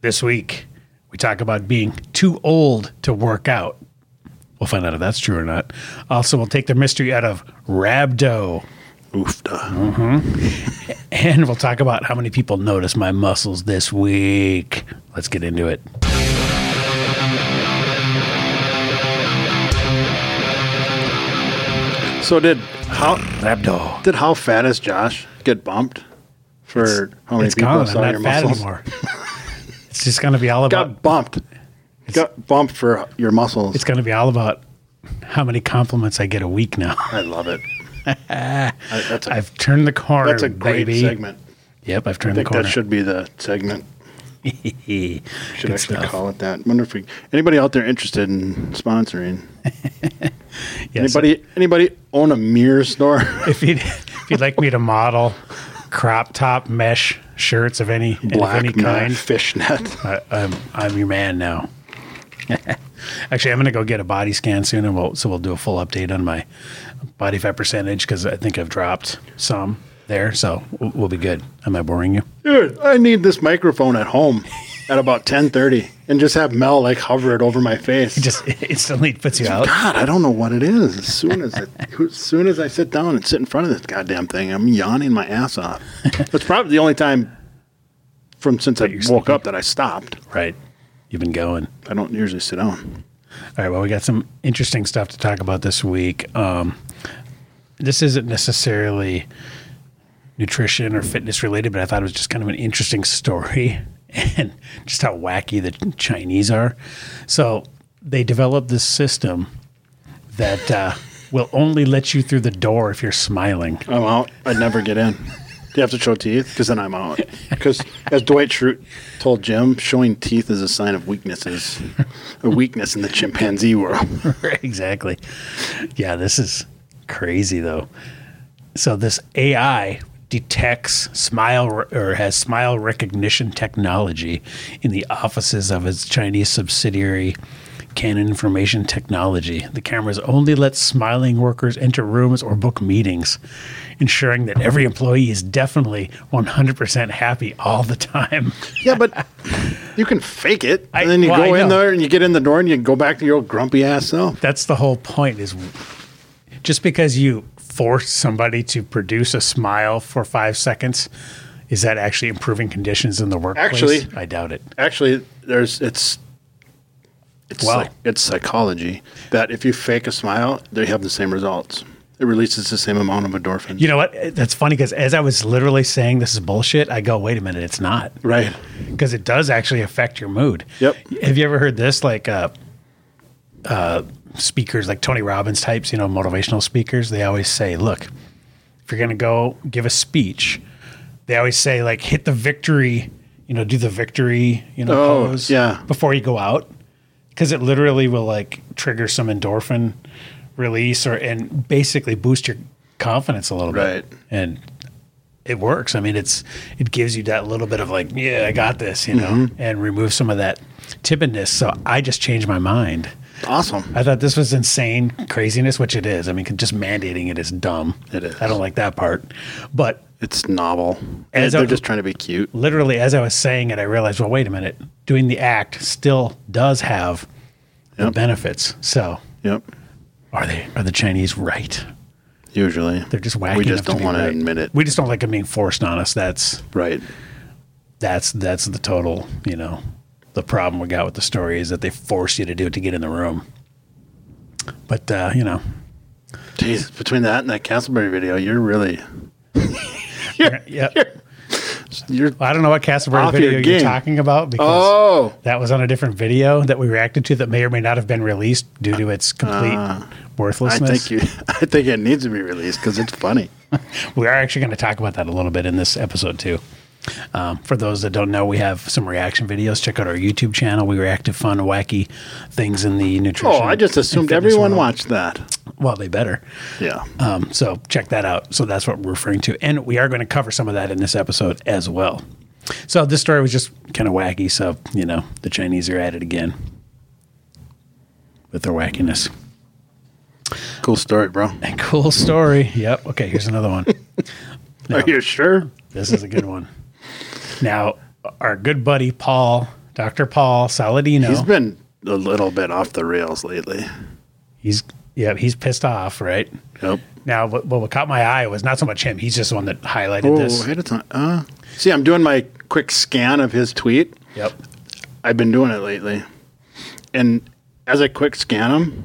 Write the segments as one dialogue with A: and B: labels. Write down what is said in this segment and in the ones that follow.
A: This week, we talk about being too old to work out. We'll find out if that's true or not. Also, we'll take the mystery out of Rabdo.
B: Oof. duh.
A: And we'll talk about how many people notice my muscles this week. Let's get into it.
B: So did how
A: Rabdo.
B: did how fat is Josh get bumped for how many
A: It's
B: people
A: gone.
B: saw
A: I'm
B: your
A: not fat
B: muscles?
A: anymore. it's just going to be all about.
B: Got bumped. Got bumped for your muscles.
A: It's going to be all about how many compliments I get a week now.
B: I love it. I- that's a,
A: I've turned the corner.
B: that's a great
A: baby.
B: segment.
A: Yep, I've
B: I
A: turned the
B: think
A: corner.
B: that should be the segment. Should
A: Good
B: actually
A: stuff.
B: call it that. Wonder if we, anybody out there interested in sponsoring?
A: Yeah, so
B: Anybody anybody own a mirror store?
A: if you'd if you'd like me to model crop top mesh shirts of any of
B: Black
A: any kind,
B: fishnet.
A: I, I'm I'm your man now. Actually, I'm going to go get a body scan soon, and we'll so we'll do a full update on my body fat percentage because I think I've dropped some there, so we'll, we'll be good. Am I boring you?
B: Dude, I need this microphone at home at about 10:30 and just have Mel like hover it over my face.
A: It just instantly puts you out.
B: God, I don't know what it is. As soon as I, as soon as I sit down and sit in front of this goddamn thing, I'm yawning my ass off. That's probably the only time from since I woke up that I stopped.
A: Right, you've been going.
B: I don't usually sit down.
A: All right. Well, we got some interesting stuff to talk about this week. Um, this isn't necessarily nutrition or fitness related, but I thought it was just kind of an interesting story and just how wacky the Chinese are. So they developed this system that uh, will only let you through the door if you're smiling.
B: I'm out. I never get in. Do you have to show teeth? Because then I'm out. Because as Dwight Schrute told Jim, showing teeth is a sign of weaknesses, a weakness in the chimpanzee world.
A: exactly. Yeah, this is crazy though. So this AI detects smile re- or has smile recognition technology in the offices of its Chinese subsidiary Canon Information Technology. The cameras only let smiling workers enter rooms or book meetings, ensuring that every employee is definitely 100% happy all the time.
B: Yeah, but you can fake it,
A: I-
B: and then you
A: well,
B: go
A: I
B: in
A: know.
B: there and you get in the door and you go back to your old grumpy ass self.
A: that's the whole point is just because you force somebody to produce a smile for five seconds is that actually improving conditions in the workplace
B: Actually-
A: i doubt it
B: Actually, there's it's it's
A: Wow.
B: psych- it's psychology that if you fake a smile, they have the same results. It releases the same amount of endorphins.
A: you know what that's funny because as i was literally saying this is bullshit i go wait a minute it's not
B: right?
A: because it does actually affect your mood
B: Yep.
A: have you ever heard this like uh uh speakers like tony robbins types you know motivational speakers they always say look if you're going to go give a speech, they always say like hit the victory, you know, do the victory, you know,
B: Oh,
A: pose
B: yeah.
A: before you go out because it literally will like trigger some endorphin release or and basically boost your confidence a little
B: Right.
A: bit. And it works. I mean, it's it gives you that little bit of like, yeah, I got this, you know,
B: Mm-hmm.
A: and remove some of that timidness. So I just changed my mind.
B: Awesome.
A: I thought this was insane craziness, which it is. I mean, just mandating it is dumb.
B: It is.
A: I don't like that part. But
B: It's novel.
A: As
B: They're
A: a-
B: just trying to be cute.
A: literally, as I was saying it, I realized, well, wait a minute. Doing the act still does have the
B: Yep.
A: benefits. So,
B: Yep.
A: are they are the Chinese right?
B: Usually
A: They're just wacky.
B: We
A: enough
B: just don't
A: be
B: want to
A: right.
B: admit it.
A: We just don't like them being forced on us. That's
B: right.
A: that's that's the total. You know, the problem we got with the story is that they force you to do it to get in the room. But uh, you know,
B: Jeez, between that and that Castleberry video, you're really
A: yeah.
B: you're
A: I don't know what Castleberry
B: Off
A: video
B: your
A: you're
B: game.
A: talking about because
B: oh
A: that was on a different video that we reacted to that may or may not have been released due to its complete
B: Ah. I
A: worthlessness.
B: think you. I think it needs to be released because it's funny.
A: We are actually going to talk about that a little bit in this episode too. Um, for those that don't know, we have some reaction videos. Check out our YouTube channel. We react to fun, wacky things in the nutrition.
B: Oh, I just
A: and
B: assumed
A: fitness
B: everyone
A: world.
B: watched that.
A: Well, they better.
B: Yeah.
A: Um, so check that out. So that's what we're referring to. And we are going to cover some of that in this episode as well. So this story was just kind of wacky. So, you know, the Chinese are at it again with their wackiness.
B: Cool story, bro.
A: Cool story. Yep. Okay, here's another one.
B: Are you sure?
A: This is a good one. Now, our good buddy Paul Dr. Paul Saladino.
B: He's been a little bit off the rails lately.
A: he's yeah, he's pissed off, right?
B: Yep.
A: Now, what, what caught my eye was not so much him. He's just the one that highlighted
B: Oh,
A: this.
B: ahead of time. Uh, see, I'm doing my quick scan of his tweet.
A: Yep.
B: I've been doing it lately, and as I quick scan him,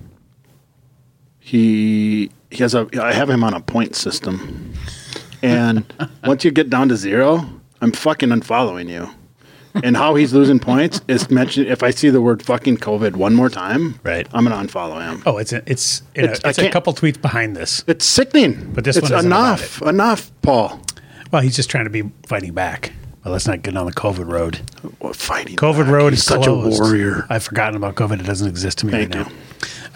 B: he he has a. I have him on a point system, and once you get down to zero, I'm fucking unfollowing you. And how he's losing points is mentioned. If I see the word fucking COVID one more time,
A: Right.
B: I'm gonna unfollow him.
A: Oh, it's a, it's in
B: It's- I
A: a, it's a
B: can't-
A: couple tweets behind this.
B: It's sickening.
A: But this
B: it's
A: one isn't about
B: enough, enough, Paul.
A: Well, he's just trying to be fighting back. Well, let's not get on the COVID road.
B: Well, fighting
A: COVID
B: back.
A: road
B: He's
A: is
B: such
A: closed.
B: a warrior.
A: I've forgotten about COVID. It doesn't exist to me
B: Thank
A: right
B: you.
A: now.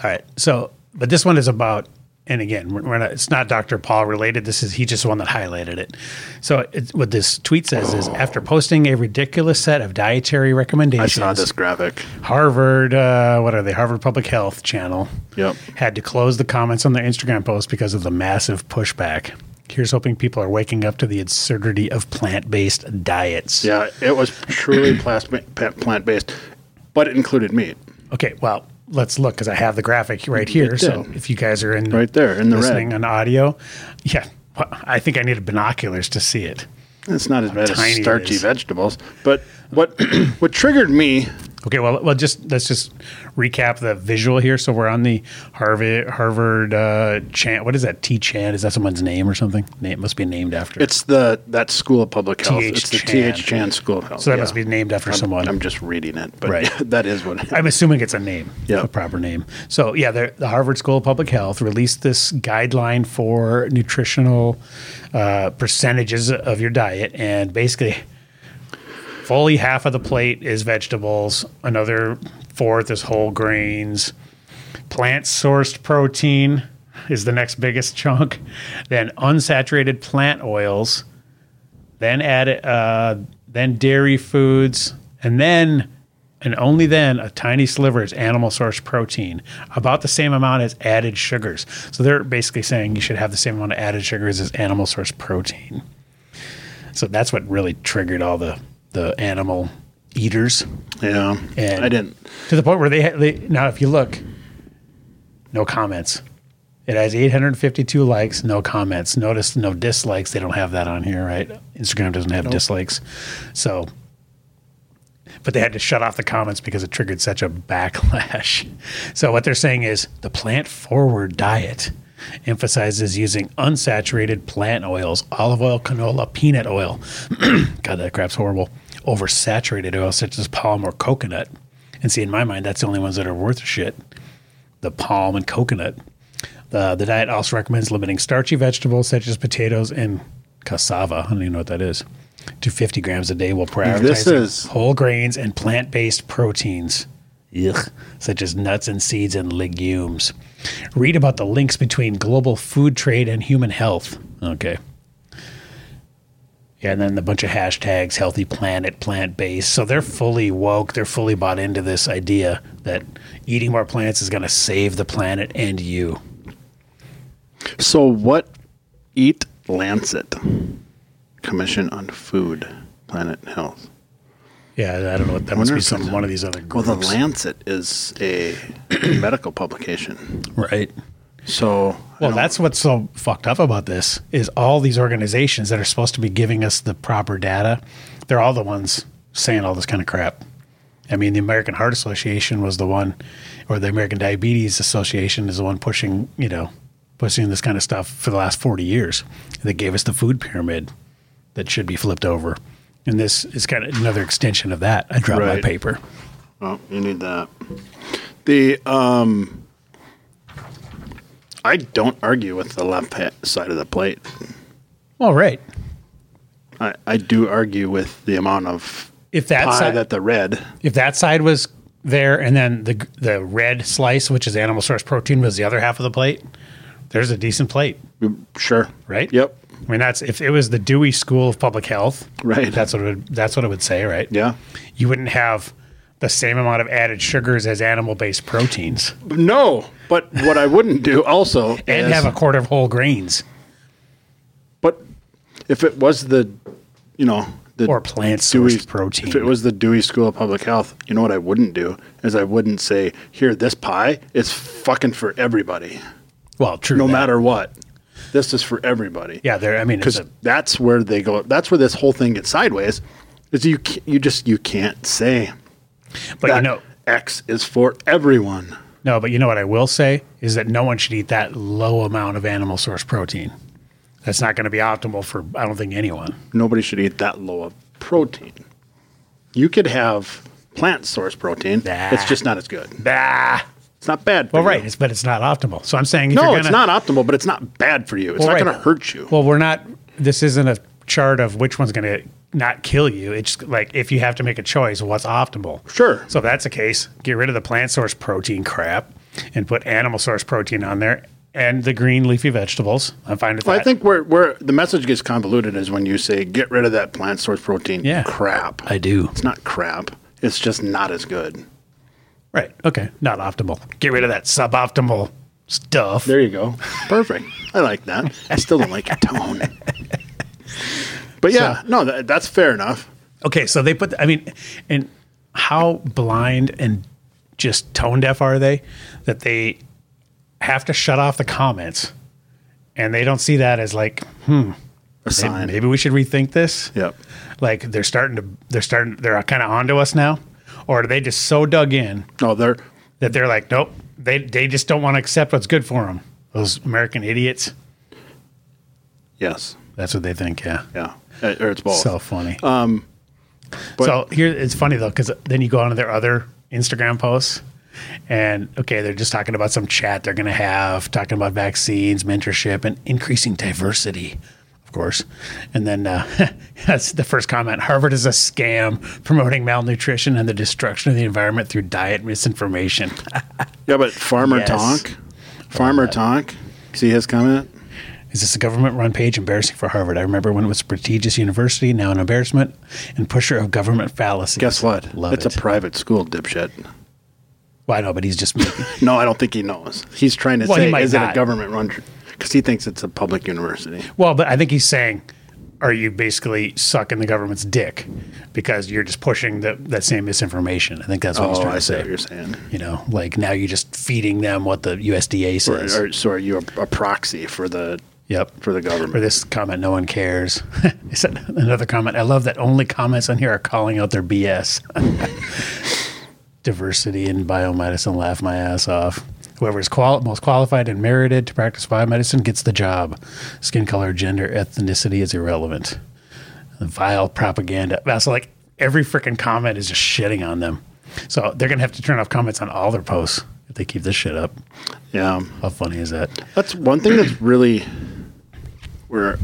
A: All right. So, but this one is about, and again, we're, we're not, it's not Dr. Paul related. This is, he just the one that highlighted it. So, it's, what this tweet says
B: Oh.
A: is after posting a ridiculous set of dietary
B: I
A: recommendations,
B: saw this graphic.
A: Harvard, uh, what are they? Harvard Public Health Channel
B: Yep.
A: had to close the comments on their Instagram post because of the massive pushback. Here's hoping people are waking up to the absurdity of plant based diets.
B: Yeah, it was truly plant based, but it included meat
A: Okay, well, let's look because I have the graphic right here.
B: did.
A: So if you guys are in
B: right there in the
A: listening
B: red.
A: on audio, yeah, well, I think I needed binoculars to see it.
B: It's not as bad
A: tiny
B: as
A: it
B: starchy
A: is.
B: vegetables, but what what triggered me?
A: Okay, well, well, just let's just recap the visual here. So we're on the Harvard Harvard uh, Chan. What is that? T Chan? Is that someone's name or something? Name must be named after.
B: It's the that school of public health.
A: T.H.
B: It's the
A: Chan.
B: T H Chan School of Health.
A: so that
B: yeah.
A: must be named after someone.
B: I'm just reading it, but
A: Right.
B: that is what.
A: I'm assuming it's a name,
B: Yeah.
A: a proper name. So yeah, the, the Harvard School of Public Health released this guideline for nutritional uh, percentages of your diet, and basically, fully half of the plate is vegetables, another fourth is whole grains, plant sourced protein is the next biggest chunk, then unsaturated plant oils, then add uh, then dairy foods, and then and only then a tiny sliver is animal sourced protein, about the same amount as added sugars. So they're basically saying you should have the same amount of added sugars as animal sourced protein. So that's what really triggered all the the animal eaters
B: yeah,
A: And-
B: I didn't.
A: to the point where they, they now if you look no comments it has 852 likes no comments notice no dislikes they don't have that on here right instagram doesn't have dislikes so but they had to shut off the comments because it triggered such a backlash so what they're saying is the plant forward diet emphasizes using unsaturated plant oils olive oil canola peanut oil God, that crap's horrible. Oversaturated oils such as palm or coconut. And see, in my mind, that's the only ones that are worth a shit the palm and coconut. The, the diet also recommends limiting starchy vegetables such as potatoes and cassava. I don't even know what that is. To 50 grams a day while prioritizing
B: This is-
A: whole grains and plant based proteins. Ugh, such as nuts and seeds and legumes. Read about the links between global food trade and human health. Okay. Yeah, and then a bunch of hashtags, healthy planet, plant based. So they're fully woke. They're fully bought into this idea that eating more plants is going to save the planet and you.
B: So what? Eat Lancet, Commission on Food, Planet Health.
A: Yeah, I don't know. That must
B: wonder
A: be
B: if
A: some
B: it's-
A: one of these other
B: Well,
A: groups.
B: the Lancet is a medical publication,
A: right.
B: so I
A: Well,
B: don't-
A: that's what's so fucked up about this is all these organizations that are supposed to be giving us the proper data, they're all the ones saying all this kind of crap. I mean, the American Heart Association was the one, or the American Diabetes Association is the one pushing, you know, pushing this kind of stuff for the last 40 years. They gave us the food pyramid that should be flipped over. And this is kind of another extension of that. I dropped my
B: Right.
A: paper.
B: Oh, you need that. The um, I don't argue with the left ha- side of the plate.
A: All right.
B: I, I do argue with the amount of
A: If that
B: pie
A: side-
B: that the red.
A: if that side was there and then the the red slice which is animal source protein was the other half of the plate there's a decent plate
B: Sure.
A: right
B: Yep.
A: i mean that's if it was the dewey school of public health
B: Right.
A: that's what it would, that's what it would say right
B: Yeah.
A: you wouldn't have the same amount of added sugars as animal based proteins
B: No, but what I wouldn't do also
A: and
B: is,
A: have a quarter of whole grains
B: but if it was the, you know, the
A: or plant
B: Dewey
A: sourced protein.
B: If it was the Dewey School of Public Health, you know what I wouldn't do is I wouldn't say here this pie is fucking for everybody,
A: well, true.
B: no
A: that.
B: matter what. This is for everybody.
A: Yeah, there. I mean, it's
B: because
A: a,
B: that's where they go. That's where this whole thing gets sideways. Is you ca- you just you can't say
A: but you know,
B: X is for everyone.
A: no, but you know what I will say is that no one should eat that low amount of animal source protein. That's not going to be optimal for I don't think anyone.
B: Nobody should eat that low of protein. You could have plant source protein.
A: Nah.
B: It's just not as good.
A: Bah.
B: It's not bad. For
A: Well,
B: you.
A: right, it's, but it's not optimal. So I'm saying if
B: No,
A: you're
B: it's
A: gonna-
B: not optimal, but it's not bad for you. It's
A: Well,
B: not
A: right.
B: going to hurt you.
A: Well, we're not. This isn't a chart of which one's going to not kill you. It's just like if you have to make a choice, what's optimal?
B: Sure.
A: So if that's the case, get rid of the plant source protein crap and put animal source protein on there and the green leafy vegetables. I'm fine with
B: Well,
A: that.
B: I think where where the message gets convoluted is when you say get rid of that plant source protein
A: Yeah.
B: crap.
A: I do.
B: It's not crap. It's just not as good.
A: Right. Okay. Not optimal. Get rid of that suboptimal stuff.
B: There you go. Perfect. I like that. I still don't like your tone. But yeah, no, that, that's fair enough.
A: Okay, so they put. I mean, and how blind and just tone deaf are they that they have to shut off the comments, and they don't see that as like
B: A sign.
A: maybe we should rethink this.
B: Yep.
A: Like they're starting to, they're starting, they're kind of onto us now, or are they just so dug in
B: No, they're
A: that they're like, nope, they they just don't want to accept what's good for them. Those American idiots.
B: yes.
A: That's what they think. Yeah.
B: Yeah. Uh, Or it's both. Um,
A: So funny.
B: but-
A: so here it's funny though because then you go on to their other Instagram posts, and okay, they're just talking about some chat they're gonna have, talking about vaccines, mentorship, and increasing diversity, of course. And then uh, that's the first comment: Harvard is a scam promoting malnutrition and the destruction of the environment through diet misinformation.
B: yeah, but Farmer
A: Yes.
B: Tonk. Farmer Tonk. See his comment?
A: Is this a government run page? Embarrassing for Harvard. I remember when it was a prestigious university, now an embarrassment and pusher of government fallacies.
B: Guess what?
A: Love
B: it's
A: it.
B: a private school, dipshit.
A: well, I know, but he's just making,
B: No, I don't think he knows. He's trying to
A: Well, he
B: say,
A: might
B: is it
A: not.
B: a government run? Because he thinks it's a public university.
A: Well, but I think he's saying, are you basically sucking the government's dick because you're just pushing the, that same misinformation? I think that's what he's
B: Oh,
A: trying
B: I
A: to
B: see what
A: say.
B: you're saying.
A: You know, like now you're just feeding them what the USDA
B: Or,
A: says.
B: or, so are you a, a proxy for the
A: yep.
B: for the government?
A: Or this comment, no one cares. I said another comment. I love that only comments on here are calling out their BS. Diversity in biomedicine, laugh my ass off. Whoever is qual- most qualified and merited to practice biomedicine gets the job. Skin color, gender, ethnicity is irrelevant. Vile propaganda. That's like every freaking comment is just shitting on them. So they're gonna have to turn off comments on all their posts if they keep this shit up.
B: yeah.
A: How funny is that?
B: That's one thing that's really where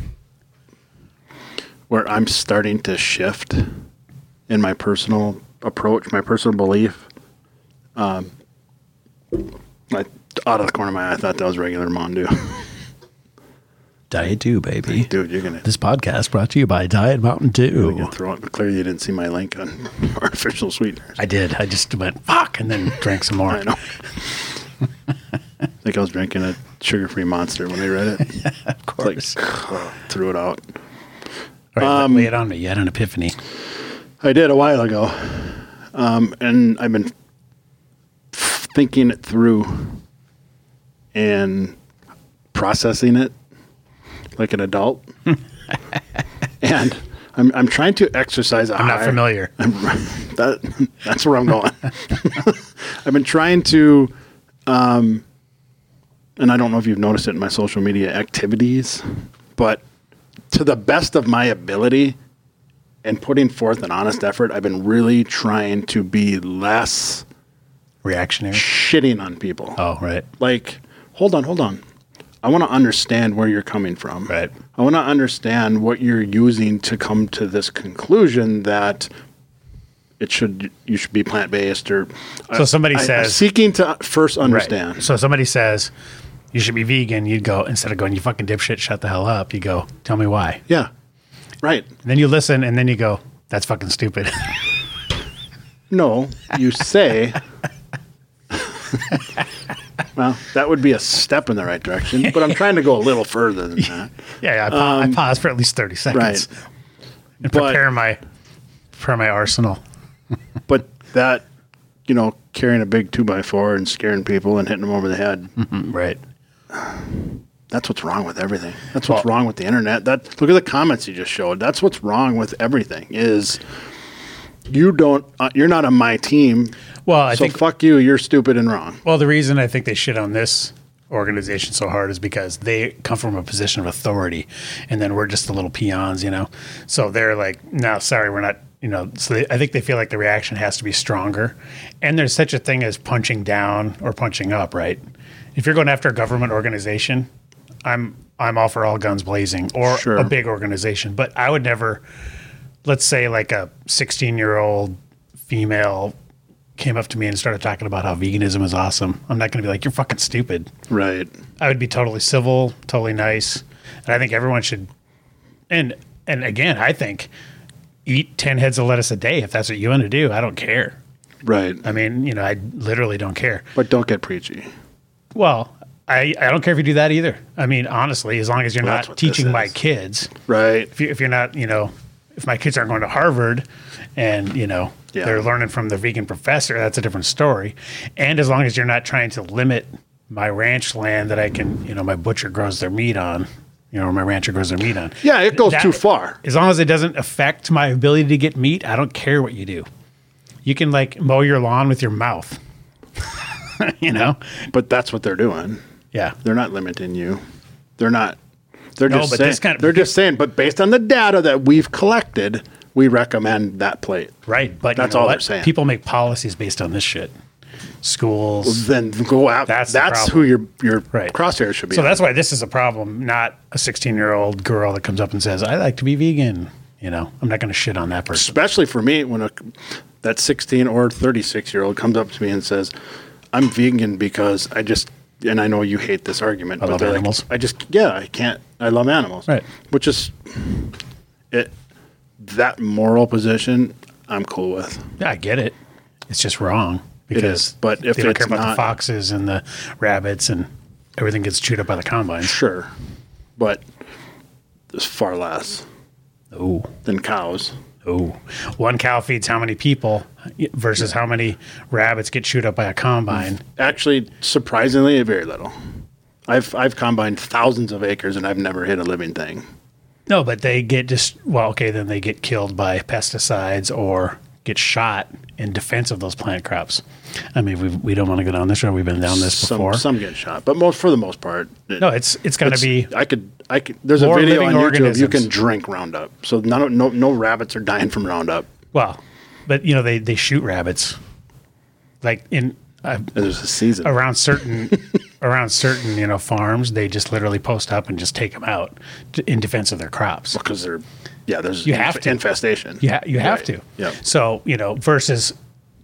B: where I'm starting to shift in my personal approach, my personal belief. Um, I, out of the corner of my eye, I thought that was regular Mondu.
A: Diet too, baby.
B: Dude, you're gonna,
A: This podcast brought to you by Diet Mountain
B: you're
A: Dew.
B: gonna throw it. Clearly, you didn't see my link on artificial sweeteners.
A: I did. I just went fuck and then drank some more.
B: I know. I think I was drinking a sugar-free monster when I read it.
A: Of
B: Like,
A: course.
B: threw it out.
A: All right,
B: Um,
A: lay it on me. You had an epiphany.
B: I did a while ago, um, and I've been thinking it through and processing it like an adult. and I'm, I'm trying to exercise. i
A: I'm not familiar.
B: I'm, that, that's where I'm going. I've been trying to, um, and I don't know if you've noticed it in my social media activities, but to the best of my ability and putting forth an honest effort, I've been really trying to be less
A: Reactionary.
B: shitting on people.
A: Oh, right.
B: Like, hold on, hold on. I want to understand where you're coming from.
A: Right.
B: I want to understand what you're using to come to this conclusion that it should you should be plant based or.
A: So somebody
B: I- I'm
A: says-
B: seeking to first understand.
A: Right. So somebody says you should be vegan. You'd go instead of going, you fucking dipshit, shut the hell up. You go, tell me why.
B: Yeah, right.
A: And then you listen, and then you go, that's fucking stupid.
B: No, you say. well, that would be a step in the right direction, but I'm trying to go a little further than that.
A: yeah, yeah I, pa- I paused for at least thirty seconds.
B: Um, Right.
A: and
B: But-
A: prepare my prepare my arsenal.
B: But that, you know, carrying a big two by four and scaring people and hitting them over the head.
A: Right.
B: That's what's wrong with everything. That's what's wrong with the internet. That look at the comments you just showed. That's what's wrong with everything. Is you don't uh, you're not on my team.
A: Well, I
B: so
A: think
B: fuck you. You're stupid and wrong.
A: well the reason I think they shit on this organization so hard is because they come from a position of authority, and then we're just the little peons, you know. So they're like, no, sorry, we're not. You know, so they, I think they feel like the reaction has to be stronger, and there's such a thing as punching down or punching up, right? If you're going after a government organization, I'm I'm all for all guns blazing or
B: Sure.
A: a big organization, but I would never let's say like a 16 year old female came up to me and started talking about how veganism is awesome. I'm not going to be like, you're fucking stupid.
B: Right.
A: I would be totally civil, totally nice. And I think everyone should, and, and again, I think eat 10 heads of lettuce a day. If that's what you want to do, I don't care.
B: Right.
A: I mean, you know, I literally don't care.
B: But don't get preachy.
A: Well, I, I don't care if you do that either. I mean, honestly, as long as you're
B: Well, that's
A: not
B: what this
A: teaching my
B: is.
A: kids,
B: Right.
A: if, you, if you're not, you know, if my kids aren't going to Harvard and, you know,
B: Yeah.
A: they're learning from the vegan professor, that's a different story. And as long as you're not trying to limit my ranch land that I can, you know, my butcher grows their meat on, you know, or my rancher grows their meat on.
B: Yeah, it goes
A: That-
B: too far.
A: As long as it doesn't affect my ability to get meat, I don't care what you do. You can like mow your lawn with your mouth, you know?
B: But that's what they're doing.
A: Yeah.
B: They're not limiting you. They're not. They're
A: No,
B: just
A: but
B: saying.
A: this kind of-
B: they're just saying. But based on the data that we've collected, we recommend that plate.
A: Right. But you
B: That's
A: know
B: all
A: what?
B: they're saying.
A: People make policies based on this shit. Schools,
B: Then go out.
A: That's
B: That's
A: the
B: that's
A: problem.
B: who your your
A: Right.
B: crosshair should be.
A: So
B: on.
A: that's why this is a problem, not a 16 year old girl that comes up and says, I like to be vegan. You know, I'm not going to shit on that person.
B: especially for me when a, that 16 or 36 year old comes up to me and says i'm vegan because i just and i know you hate this argument
A: love
B: they're like,
A: animals.
B: i just yeah i can't i love animals
A: Right.
B: which is it that moral position i'm cool with
A: Yeah, I get it. It's just wrong because
B: is, but if
A: they don't
B: it's
A: care about the
B: not-
A: foxes and the rabbits and everything gets chewed up by the combines.
B: sure but there's far less
A: Oh,
B: than cows
A: oh. One cow feeds how many people versus how many rabbits get chewed up by a combine?
B: actually surprisingly very little I've, I've combined thousands of acres and I've never hit a living thing.
A: No, but they get just, well, okay, then they get killed by pesticides or get shot in defense of those plant crops. I mean, we've, we don't want to go down this road. We've been down this
B: Some,
A: before.
B: some get shot, but most for the most part, it-
A: No, it's it's going to be
B: It's- I could. I could. There's a
A: more
B: video on
A: living
B: YouTube. You
A: organisms.
B: can drink Roundup. So none, of- no, no rabbits are dying from Roundup.
A: well, but you know they they shoot rabbits, like in uh,
B: There's a season.
A: around certain around certain you know farms they just literally post up and just take them out t- in defense of their crops.
B: because they're, yeah. There's
A: You have to.
B: infestation.
A: You ha- you have
B: Right.
A: to.
B: Yeah.
A: So you know versus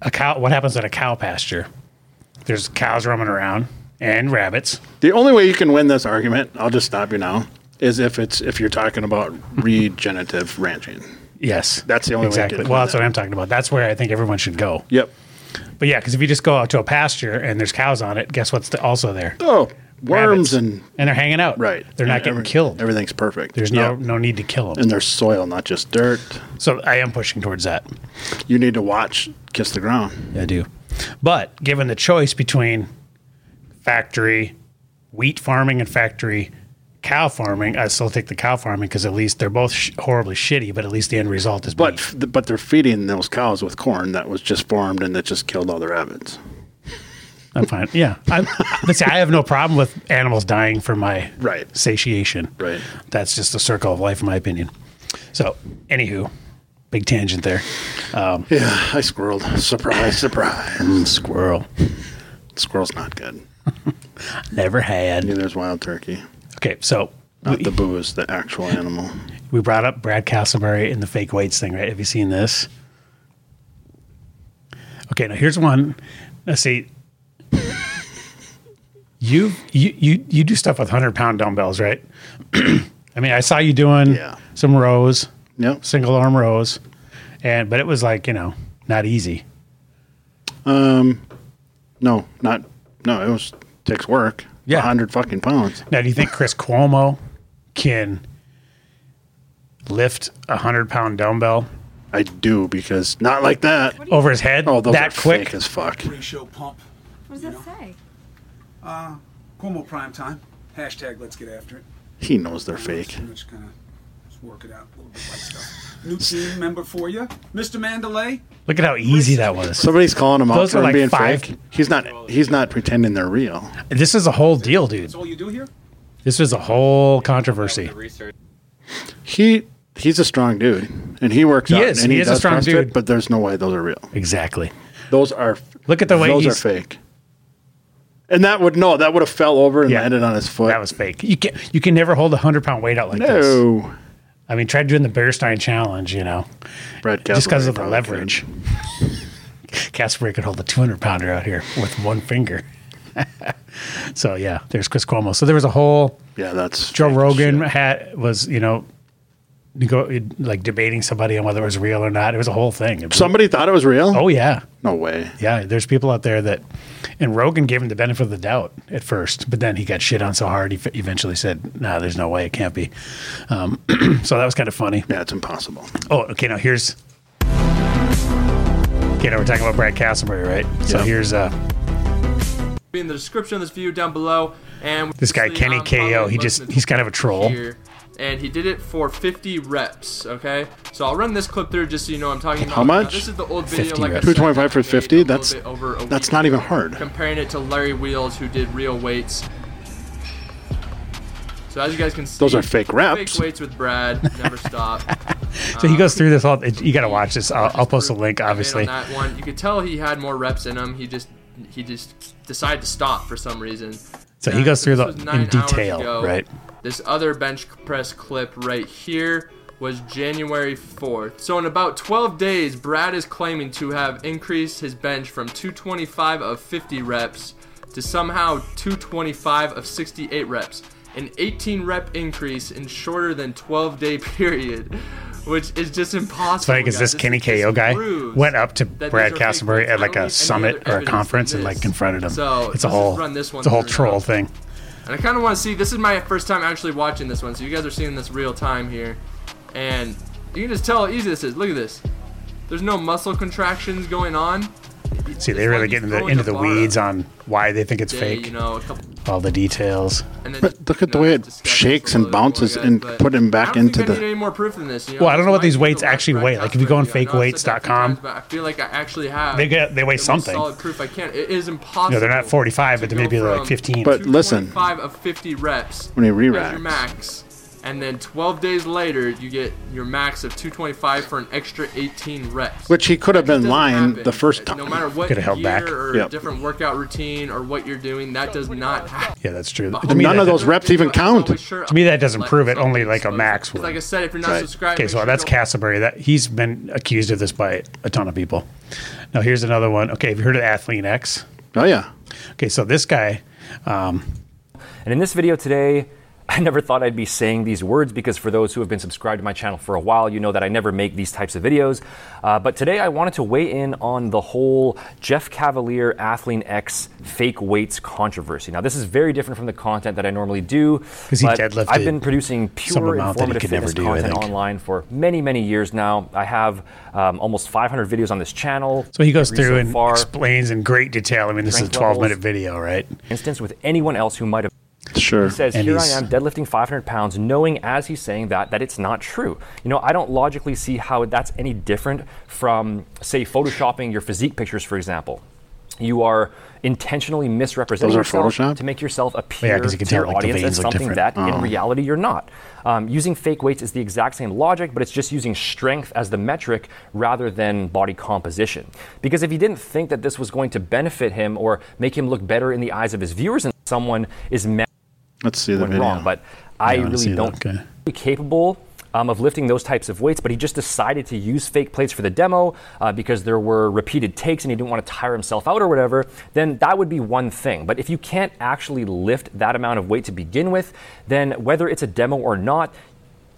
A: a cow. What happens at a cow pasture? There's cows roaming around and rabbits.
B: The only way you can win this argument, I'll just stop you now, is if it's if you're talking about regenerative ranching.
A: Yes,
B: That's the only way to
A: exactly.
B: get
A: well,
B: around
A: that's
B: that.
A: what I'm talking about. That's where I think everyone should go.
B: Yep.
A: But yeah, because if you just go out to a pasture and there's cows on it, guess what's the, also there?
B: Oh,
A: Rabbits.
B: worms and
A: and they're hanging out.
B: right.
A: They're not
B: And
A: getting
B: every-
A: killed.
B: Everything's perfect.
A: There's no
B: Yep.
A: no need to kill them.
B: and there's soil, not just dirt.
A: So I am pushing towards that.
B: You need to watch kiss the ground.
A: I do. But given the choice between factory wheat farming and factory cow farming, I still take the cow farming because at least they're both sh- horribly shitty, but at least the end result is
B: But
A: meat.
B: f- but they're feeding those cows with corn that was just farmed and that just killed all the rabbits.
A: I'm fine. Yeah. I'm, but see, I have no problem with animals dying for my
B: Right.
A: satiation.
B: Right.
A: That's just the circle of life, in my opinion. So, anywho, big tangent there.
B: Yeah, I squirreled. Surprise, surprise.
A: Squirrel.
B: Squirrel's not good.
A: Never had.
B: Neither is wild turkey.
A: Okay, so
B: Not the boo is the actual animal.
A: we brought up Brad Castleberry and the fake weights thing, right? Have you seen this? Okay, now here's one. Now see, you you you you do stuff with hundred pound dumbbells, right? I mean, I saw you doing
B: Yeah.
A: some rows,
B: Yep.
A: single arm rows, and but it was like you know not easy.
B: No, not. No, it was takes work.
A: Yeah.
B: hundred fucking pounds.
A: Now, do you think Chris Cuomo can lift a hundred pound dumbbell
B: I do because not like that.
A: over his head
B: Oh, those
A: that
B: are
A: quick?
B: fake as fuck.
C: Ratio pump.
D: What does that say?
C: Cuomo prime time. Hashtag let's get after it.
B: He knows they're fake.
C: Pretty much kind of just work it out a little bit like stuff. New team member for you, Mr. Mandalay.
A: Look at how easy that was.
B: Somebody's calling him out
A: Those
B: for
A: are like
B: being
A: five.
B: fake. He's not. He's not pretending they're real.
A: This is a whole deal, dude.
C: That's all you do here.
A: This was a whole controversy.
E: The research
B: He he's a strong dude, and he works
A: He
B: out.
A: is.
B: And
A: He is a
B: does
A: strong
B: CrossFit,
A: dude.
B: But there's no way those are real.
A: Exactly.
B: Those are.
A: Look at the way
B: those
A: he's-
B: are fake. And that would no. That would have fell over and
A: Yeah.
B: landed on his foot.
A: That was fake. You can you can never hold a hundred pound weight out like this.
B: no.
A: I mean, try doing the Bearstein challenge. You know,
B: Brad
A: just because
B: Castleberry
A: of the
B: probably
A: leverage.
B: could.
A: Casper could hold a 200 pounder out here with one finger. so yeah, there's Chris Cuomo. So there was a whole
B: Yeah, that's
A: Joe
B: fake as
A: Rogan
B: shit.
A: had was you know, nego- like debating somebody on whether it was real or not. It was a whole thing.
B: Somebody thought it was real.
A: oh yeah,
B: no way.
A: yeah. There's people out there that, and Rogan gave him the benefit of the doubt at first, but then he got shit on so hard he f- eventually said, "No, there's no way it can't be." Um, so that was kind of funny.
B: Yeah, it's impossible.
A: Oh, okay. Now here's. Okay, now we're talking about Brad Castleberry, right? So
B: Yeah.
A: here's uh,
E: will be in the description of this video down below. And
A: This guy, Kenny
E: I'm
A: KO,
E: probably
A: he just-
E: looking
A: he's kind of a troll.
E: here, and he did it for 50 reps. Okay, so I'll run this clip through just so you know what I'm talking about.
B: How
E: Now,
B: much?
E: this is the old video,
A: 50
E: like I
A: reps.
E: said,
B: 225 for
E: I made a
B: 50?
E: little
B: That's-
E: bit over a
B: That's
E: week
B: not
E: ago,
B: even hard.
E: Comparing it to Larry Wheels, who did real weights. So as you guys can see,
B: Those are fake reps.
E: Fake weights with Brad. Never stop.
A: So
E: Uh,
A: he goes through this all. it- You got to watch this. I'll, I'll post a link,
E: I made
A: obviously.
E: On that one, you could tell he had more reps in him. He just he just decided to stop for some reason.
A: So he
E: Now,
A: goes through
E: this
A: the
E: was nine
A: in
E: hours
A: detail,
E: ago.
A: right?
E: This other bench press clip right here was January 4th. So in about 12 days, Brad is claiming to have increased his bench from 225 of 50 reps to somehow 225 of 68 reps. An 18 rep increase in shorter than 12 day period, which is just impossible.
A: It's funny because
E: guys.
A: this Kenny
E: just
A: KO guy
E: proves
A: went up to
E: that
A: Brad
E: these are fake
A: Castleberry
E: news.
A: at
E: I
A: like
E: don't need
A: a
E: any
A: summit or
E: other
A: a
E: evidence
A: conference
E: than
A: and like
E: this.
A: confronted him.
E: So
A: it's a
E: let's just
A: whole
E: run this one
A: it's a whole
E: through now.
A: troll thing.
E: And I kind of want to see. This is my first time actually watching this one, so you guys are seeing this real time here, and you can just tell how easy this is. Look at this. There's no muscle contractions going on.
A: See, they really get into the, into the weeds on why they think it's
E: You
A: fake.
E: know, a couple,
A: All the details.
E: and then,
B: But look
E: you
B: at the
E: know,
B: way it
E: discuss this
B: shakes
E: a
B: and
E: little bit more,
B: bounces
E: guys,
B: and
E: but
B: put him
E: I
B: back
E: don't think
B: into
E: I need
B: the.
E: any more proof than this. you
A: Well, I don't know
E: this
A: what these
E: might be
A: weights
E: the last
A: actually weigh. Like, if you go on
E: broadcast video. I know I've said that a few
A: fakeweights.com,
E: times, but I feel like I actually have.
A: They get- they weigh
E: the most
A: something.
E: Solid proof. I can't. It is impossible.
A: You know, they're not 45, but
E: to
A: they maybe
E: go
A: they're
E: from
A: like 15.
B: But listen.
E: 225 of 50 reps.
B: When he
E: there's your
B: re-racks.
E: max, and then 12 days later you get your max of 225 for an extra 18 reps.
B: Which he could have been
E: Doesn't
B: lying
E: happen.
B: the first time.
E: No matter what
A: Could've held
E: year
A: back.
E: or
B: Yep.
E: different workout routine or what you're doing, that does not happen.
A: yeah, that's true.
E: But
A: To me,
B: None
A: that,
B: of those reps even count.
E: To
A: me, that doesn't prove it, only like a max would.
E: Like I said, if you're not
B: Right.
E: subscribed,
A: Okay,
E: make
A: so
E: sure
A: that's
E: you go-
A: Castleberry. That he's been accused of this by a ton of people. Now here's another one. Okay, have you heard of Athlete X?
B: Oh yeah,
A: Okay, so this guy
F: And in this video today, I never thought I'd be saying these words because for those who have been subscribed to my channel for a while, you know that I never make these types of videos. Uh, but today I wanted to weigh in on the whole Jeff Cavalier Athlene X fake weights controversy. Now, this is very different from the content that I normally do. Because
A: he deadlifted
F: I've been producing
A: some
F: pure
A: amount that he
F: informative
A: could never
F: fitness
A: do, I
F: content
A: think.
F: online for many, many years now. I have um, almost 500 videos on this channel.
A: So he goes
F: Three so
A: through and
F: far.
A: explains in great detail. I mean, this is a
F: Strength
A: 12 minute
F: levels.
A: video, right?
F: instance with anyone else who might have
B: sure.
F: says,
A: And
F: "Here I
A: he's-
F: am deadlifting 500 pounds, knowing as he's saying that that it's not true." You know, I don't logically see how that's any different from, say, photoshopping your physique pictures, for example. You are intentionally misrepresenting
B: Those are
F: yourself
B: photoshopped?
F: to make yourself appear
A: 'cause you can
F: to your
A: tell, like, the
F: audience
A: veins
F: as
A: look
F: something
A: different. Uh-huh.
F: that in reality you're not. Um, using fake weights is the exact same logic, but it's just using strength as the metric rather than body composition. Because if he didn't think that this was going to benefit him or make him look better in the eyes of his viewers, and someone is. ma-
B: Let's see the
F: went
B: video.
F: wrong, but I
A: wanna see
F: really
A: that,
F: don't
A: okay.
F: be capable um, of lifting those types of weights. But he just decided to use fake plates for the demo uh, because there were repeated takes and he didn't want to tire himself out or whatever. Then that would be one thing. But if you can't actually lift that amount of weight to begin with, then whether it's a demo or not.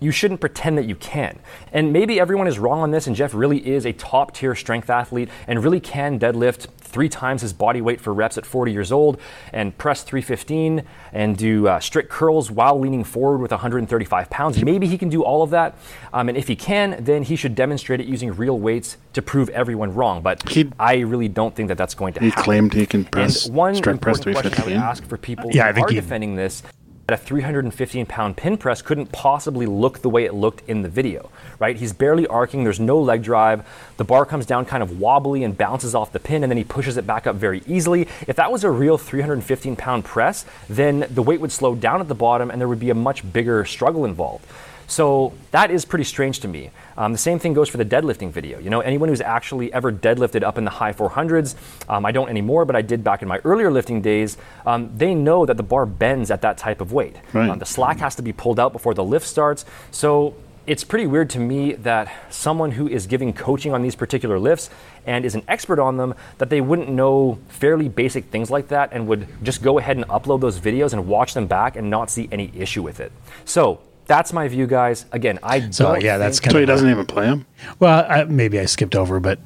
F: you shouldn't pretend that you can. And maybe everyone is wrong on this, and Jeff really is a top tier strength athlete and really can deadlift three times his body weight for reps at 40 years old and press 315 and do uh, strict curls while leaning forward with 135 pounds. Maybe he can do all of that. Um, and if he can, then he should demonstrate it using real weights to prove everyone wrong. But
B: He-
F: I really don't think that that's going to
B: He
F: happen.
B: claimed he can press
F: And one
B: strict press
F: important question I would
B: 315.
F: ask for people
A: Yeah, I
F: who
A: think
F: are
A: he-
F: defending this, that a 315 pound pin press couldn't possibly look the way it looked in the video, right? He's barely arcing. There's no leg drive. The bar comes down kind of wobbly and bounces off the pin, and then he pushes it back up very easily. If that was a real 315 pound press, then the weight would slow down at the bottom, and there would be a much bigger struggle involved. So that is pretty strange to me. Um, the same thing goes for the deadlifting video. You know, anyone who's actually ever deadlifted up in the high 400s, um, I don't anymore, but I did back in my earlier lifting days, um, they know that the bar bends at that type of weight.
B: Right.
F: Um, the slack has to be pulled out before the lift starts. So it's pretty weird to me that someone who is giving coaching on these particular lifts and is an expert on them that they wouldn't know fairly basic things like that and would just go ahead and upload those videos and watch them back and not see any issue with it. So that's my view, guys. Again, I
A: So,
F: don't
A: yeah, that's
F: think-
B: So he doesn't even play him?
A: Well, I, maybe I skipped over, but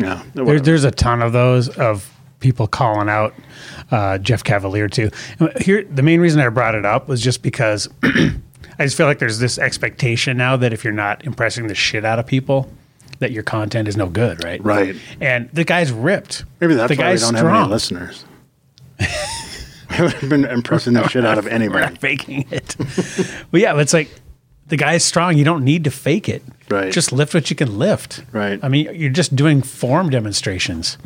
B: Yeah.
A: there,
B: whatever.
A: there's a ton of those of people calling out uh, Jeff Cavalier too. Uh, Here, the main reason I brought it up was just because I just feel like there's this expectation now that if you're not impressing the shit out of people, that your content is no good, right?
B: Right.
A: And the guy's ripped.
B: Maybe that's
A: the
B: why we don't have any listeners. I would have been impressing the shit out of
A: We're
B: anybody.
A: not faking it. but yeah, but it's like the guy's strong. You don't need to fake it.
B: Right.
A: Just lift what you can lift.
B: Right.
A: I mean, you're just doing form demonstrations.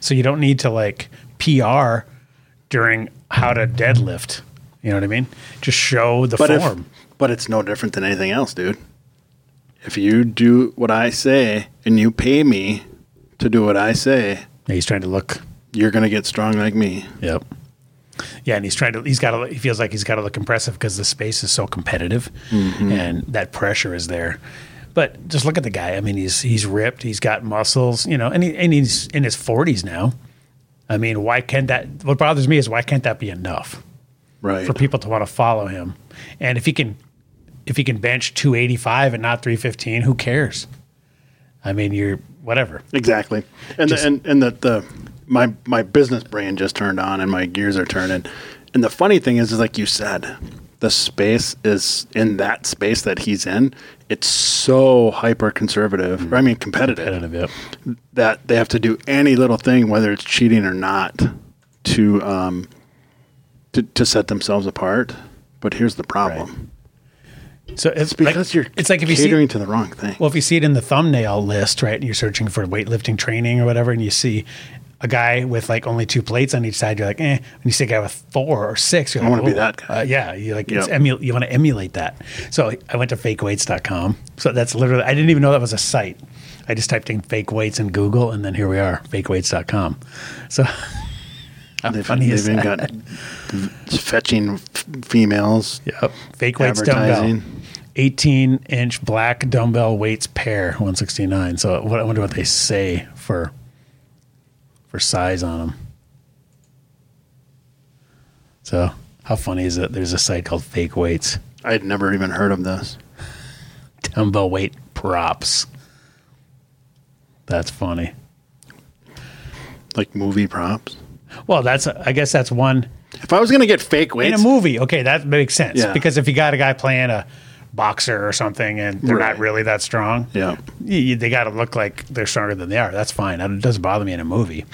A: So you don't need to like PR during how to deadlift. You know what I mean? Just show the
B: But if,
A: form.
B: but it's no different than anything else, dude. If you do what I say and you pay me to do what I say,
A: Yeah, he's trying to look.
B: you're gonna get strong like me.
A: Yep. Yeah, and he's trying to. He's got to. He feels like he's got to look impressive because the space is so competitive,
B: Mm-hmm.
A: and that pressure is there. But just look at the guy. I mean, he's he's ripped. He's got muscles. You know, and he, and he's in his forties now. I mean, why can't that? What bothers me is why can't that be enough
B: Right.
A: for people to want to follow him? And if he can, if he can bench two eighty five and not three fifteen, who cares? I mean, you're whatever.
B: Exactly. And
A: Just-
B: the, and and the, the my my business brain just turned on and my gears are turning. And the funny thing is, is like you said, the space is in that space that he's in. It's so hyper conservative.
A: Mm-hmm.
B: I mean, competitive
A: Yep.
B: that they have to do any little thing, whether it's cheating or not, to um, to, to set themselves apart. But here's the problem:
A: So it's,
B: it's because
A: like,
B: you're
A: it's like if you see
B: catering to the wrong thing.
A: Well, if you see it in the thumbnail list, right, and you're searching for weightlifting training or whatever, and you see a guy with like only two plates on each side, you're like, eh. And you see a guy with four or six, you're
B: I
A: like,
B: wanna be
A: "Oh."
B: that guy.
A: Uh, yeah, you like it's
B: Yep.
A: emu- you want to emulate that. So I went to fakeweights.com. So that's literally I didn't even know that was a site. I just typed in fake weights in Google, and then here we are, fakeweights.com. So how
B: they've
A: funny is
B: they've even
A: that?
B: got f- fetching f- females.
A: Yep. Fake weights dumbbell.
B: Advertising.
A: 18 inch black dumbbell weights pair 169. So what I wonder what they say for for size on them. So how funny is it? There's a site called Fake Weights
B: I had never even heard of this.
A: Dumbbell Weight Props. That's funny.
B: Like movie props.
A: Well, that's I guess that's one
B: If I was gonna get fake
A: in a
B: weights,
A: movie. Okay, that makes sense
B: Yeah.
A: because if you got a guy playing a boxer or something and they're not
B: Right.
A: really that strong,
B: yeah,
A: you, you- they got to look like they're stronger than they are. That's fine. That- It doesn't bother me in a movie.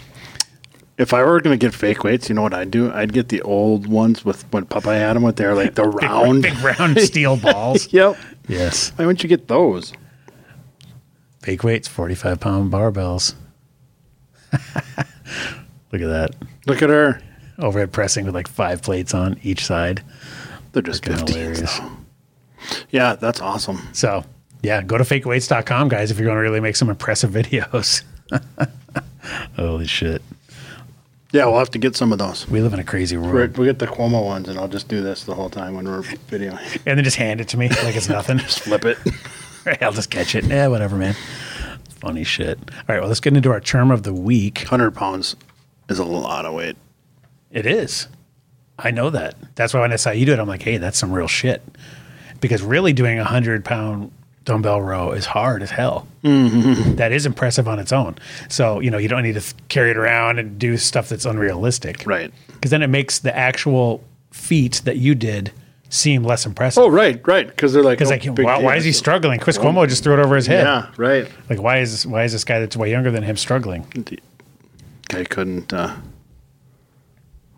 B: if I were gonna get fake weights, you know what I'd do? I'd get the old ones with when Popeye had them with their like the
A: Big,
B: round.
A: big round steel balls.
B: Yep.
A: Yes.
B: Why wouldn't you get those?
A: Fake weights, 45 pound barbells. Look at that.
B: Look at her.
A: Overhead pressing with like five plates on each side.
B: They're just
A: Freaking
B: fifteen.
A: hilarious.
B: Yeah, that's awesome.
A: So, yeah, go to fakeweights.com, guys, if you're going to really make some impressive videos. Holy shit.
B: Yeah, we'll have to get some of those.
A: We live in a crazy world.
B: We're, we get the Cuomo ones, and I'll just do this the whole time when we're videoing.
A: And then just hand it to me like it's nothing.
B: Flip it.
A: I'll just catch it. Yeah, whatever, man. Funny shit. All right, well, let's get into our term of the week.
B: Hundred pounds is a lot of weight.
A: It is. I know that. That's why when I saw you do it, I'm like, hey, that's some real shit. because really doing a 100 pound dumbbell row is hard as hell.
B: Mm-hmm.
A: That is impressive on its own. So, you know, you don't need to th- carry it around and do stuff that's unrealistic.
B: Right.
A: Because then it makes the actual feat that you did seem less impressive.
B: Oh, right, right. Because they're like,
A: Because
B: oh,
A: like,
B: big
A: why, why
B: deal.
A: is he struggling? Chris Cuomo just threw it over his head.
B: Yeah, right.
A: Like, why is this, why is this guy that's way younger than him struggling?
B: Guy couldn't. Uh,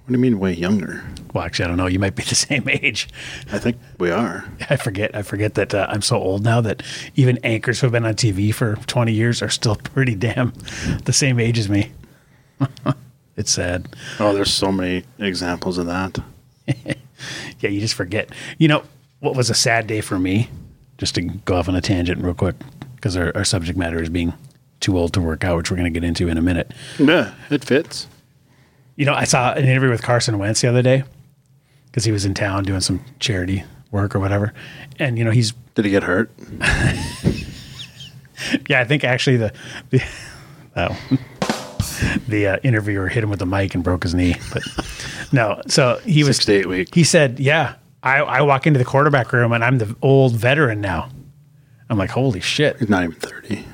B: what do you mean, way younger?
A: Well, actually, I don't know. You might be the same age.
B: I think we are.
A: I forget. I forget that uh, I'm so old now that even anchors who've been on TV for 20 years are still pretty damn the same age as me. it's sad.
B: Oh, there's so many examples of that.
A: Yeah, you just forget. You know what was a sad day for me? Just to go off on a tangent real quick, because our, our subject matter is being too old to work out, which we're going to get into in a minute.
B: Yeah, it fits.
A: You know, I saw an interview with Carson Wentz the other day because he was in town doing some charity work or whatever, and you know he's
B: Did he get hurt?
A: Yeah, I think actually the the oh, the uh, interviewer hit him with the mic and broke his knee. But no, so he was
B: Six to eight weeks.
A: He said, "Yeah, I, I walk into the quarterback room and I'm the old veteran now." I'm like, "Holy shit!"
B: He's not even 30.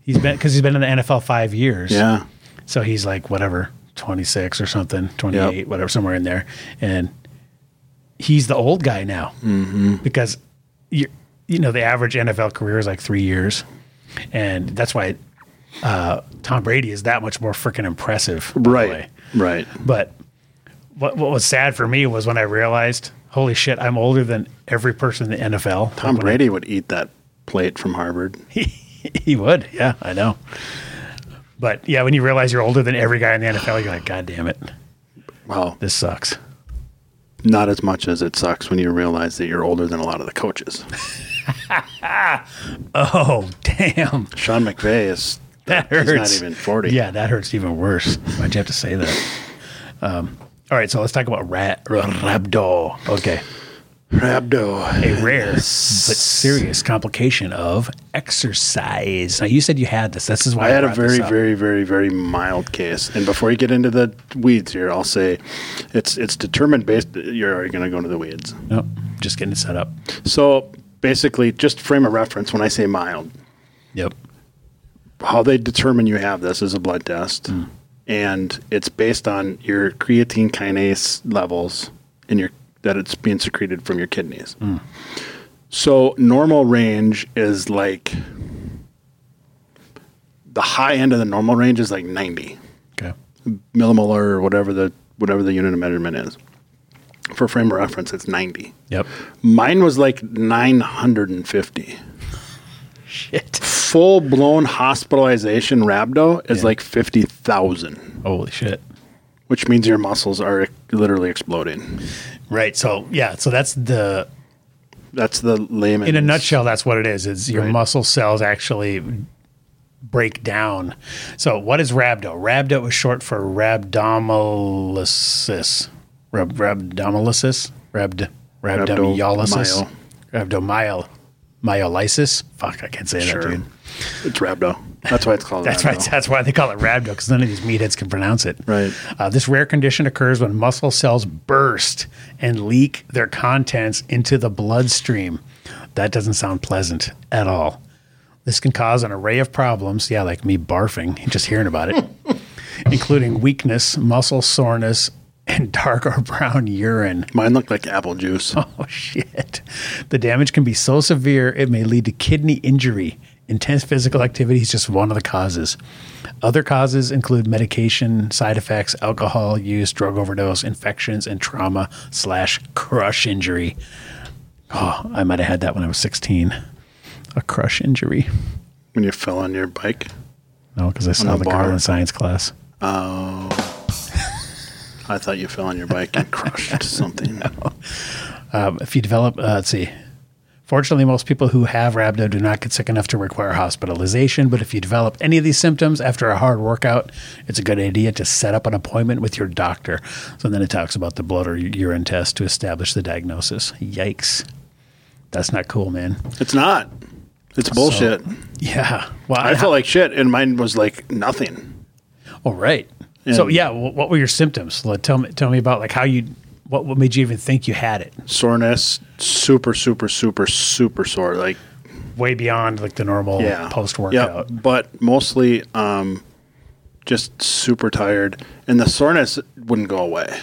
A: He's been because he's been in the NFL five years.
B: Yeah.
A: So he's like whatever, 26 or something, 28,
B: Yep.
A: whatever, somewhere in there. And he's the old guy now
B: Mm-hmm.
A: because you you know the average NFL career is like three years, and that's why uh, Tom Brady is that much more freaking impressive, by the way.
B: Right. Right.
A: But what what was sad for me was when I realized, holy shit, I'm older than every person in the NFL.
B: Tom Brady would eat that plate from Harvard.
A: He would. Yeah, I know. But yeah, when you realize you're older than every guy in the NFL, you're like, God damn it,
B: Well,
A: this sucks.
B: not as much as it sucks when you realize that you're older than a lot of the coaches.
A: Oh, damn.
B: Sean McVay is
A: That
B: he's
A: hurts.
B: not even 40.
A: Yeah, that hurts even worse. Why'd you have to say that? Um, all right, so let's talk about rat, rhabdo. Okay.
B: Rabdo.
A: A rare but serious complication of exercise. Now, you said you had this. This is why
B: I had a
A: brought this
B: very,
A: up.
B: very, very, very mild case. And before you get into the weeds here, I'll say it's it's determined based. You're already going to go into the weeds.
A: Nope, just getting it set up.
B: So basically, just frame a reference when I say mild.
A: Yep.
B: how they determine you have this is a blood test, and it's based on your creatine kinase levels in your that it's being secreted from your kidneys. So normal range is like the high end of the normal range is like ninety
A: Okay.
B: millimolar or whatever the whatever the unit of measurement is. For frame of reference, it's ninety.
A: Yep.
B: Mine was like nine hundred and fifty
A: Shit.
B: full blown hospitalization rhabdo is
A: Yeah.
B: like 50,000,
A: Holy shit.
B: which means your muscles are literally exploding.
A: Right. So, yeah, so that's the
B: That's the layman.
A: in a nutshell, that's what it is. Is your muscle cells actually break down. So what is rhabdo? Rhabdo is short for rhabdomyolysis. Rab, rhabdomyolysis. Rabd, rhabdomyolysis. Rhabdomyol. Myolysis. Fuck, I can't say that.
B: Sure.
A: Dude.
B: It's rhabdo. That's why it's called
A: That's
B: rhabdo.
A: right. That's why they call it rhabdo because none of these meatheads can pronounce it.
B: Right.
A: Uh, this rare condition occurs when muscle cells burst and leak their contents into the bloodstream. That doesn't sound pleasant at all. This can cause an array of problems. Yeah, like me barfing, just hearing about it, including weakness, muscle soreness, and dark or brown urine.
B: Mine looked like apple juice.
A: Oh, shit. The damage can be so severe, it may lead to kidney injury. Intense physical activity is just one of the causes. Other causes include medication, side effects, alcohol use, drug overdose, infections, and trauma slash crush injury. Oh, I might have had that when I was 16. A crush injury.
B: When you fell on your bike,
A: No, because I saw
B: a
A: the girl
B: bar.
A: in science class.
B: I thought you fell on your bike and crushed something.
A: if you develop, uh, let's see. Fortunately, most people who have rhabdo do not get sick enough to require hospitalization. But if you develop any of these symptoms after a hard workout, it's a good idea to set up an appointment with your doctor. So then it talks about the blood or urine test to establish the diagnosis. Yikes. That's not cool, man.
B: It's not. It's bullshit.
A: Yeah. Well,
B: I felt like shit, and mine was like nothing.
A: All right. So
B: And-
A: yeah, wh- what were your symptoms? Like, tell me, tell me about like how you What, what made you even think you had it?
B: Soreness, super, super, super, super sore. Like
A: Way beyond like the normal
B: yeah,
A: post
B: Yeah,
A: workout.
B: but mostly um, just super tired, and the soreness wouldn't go away.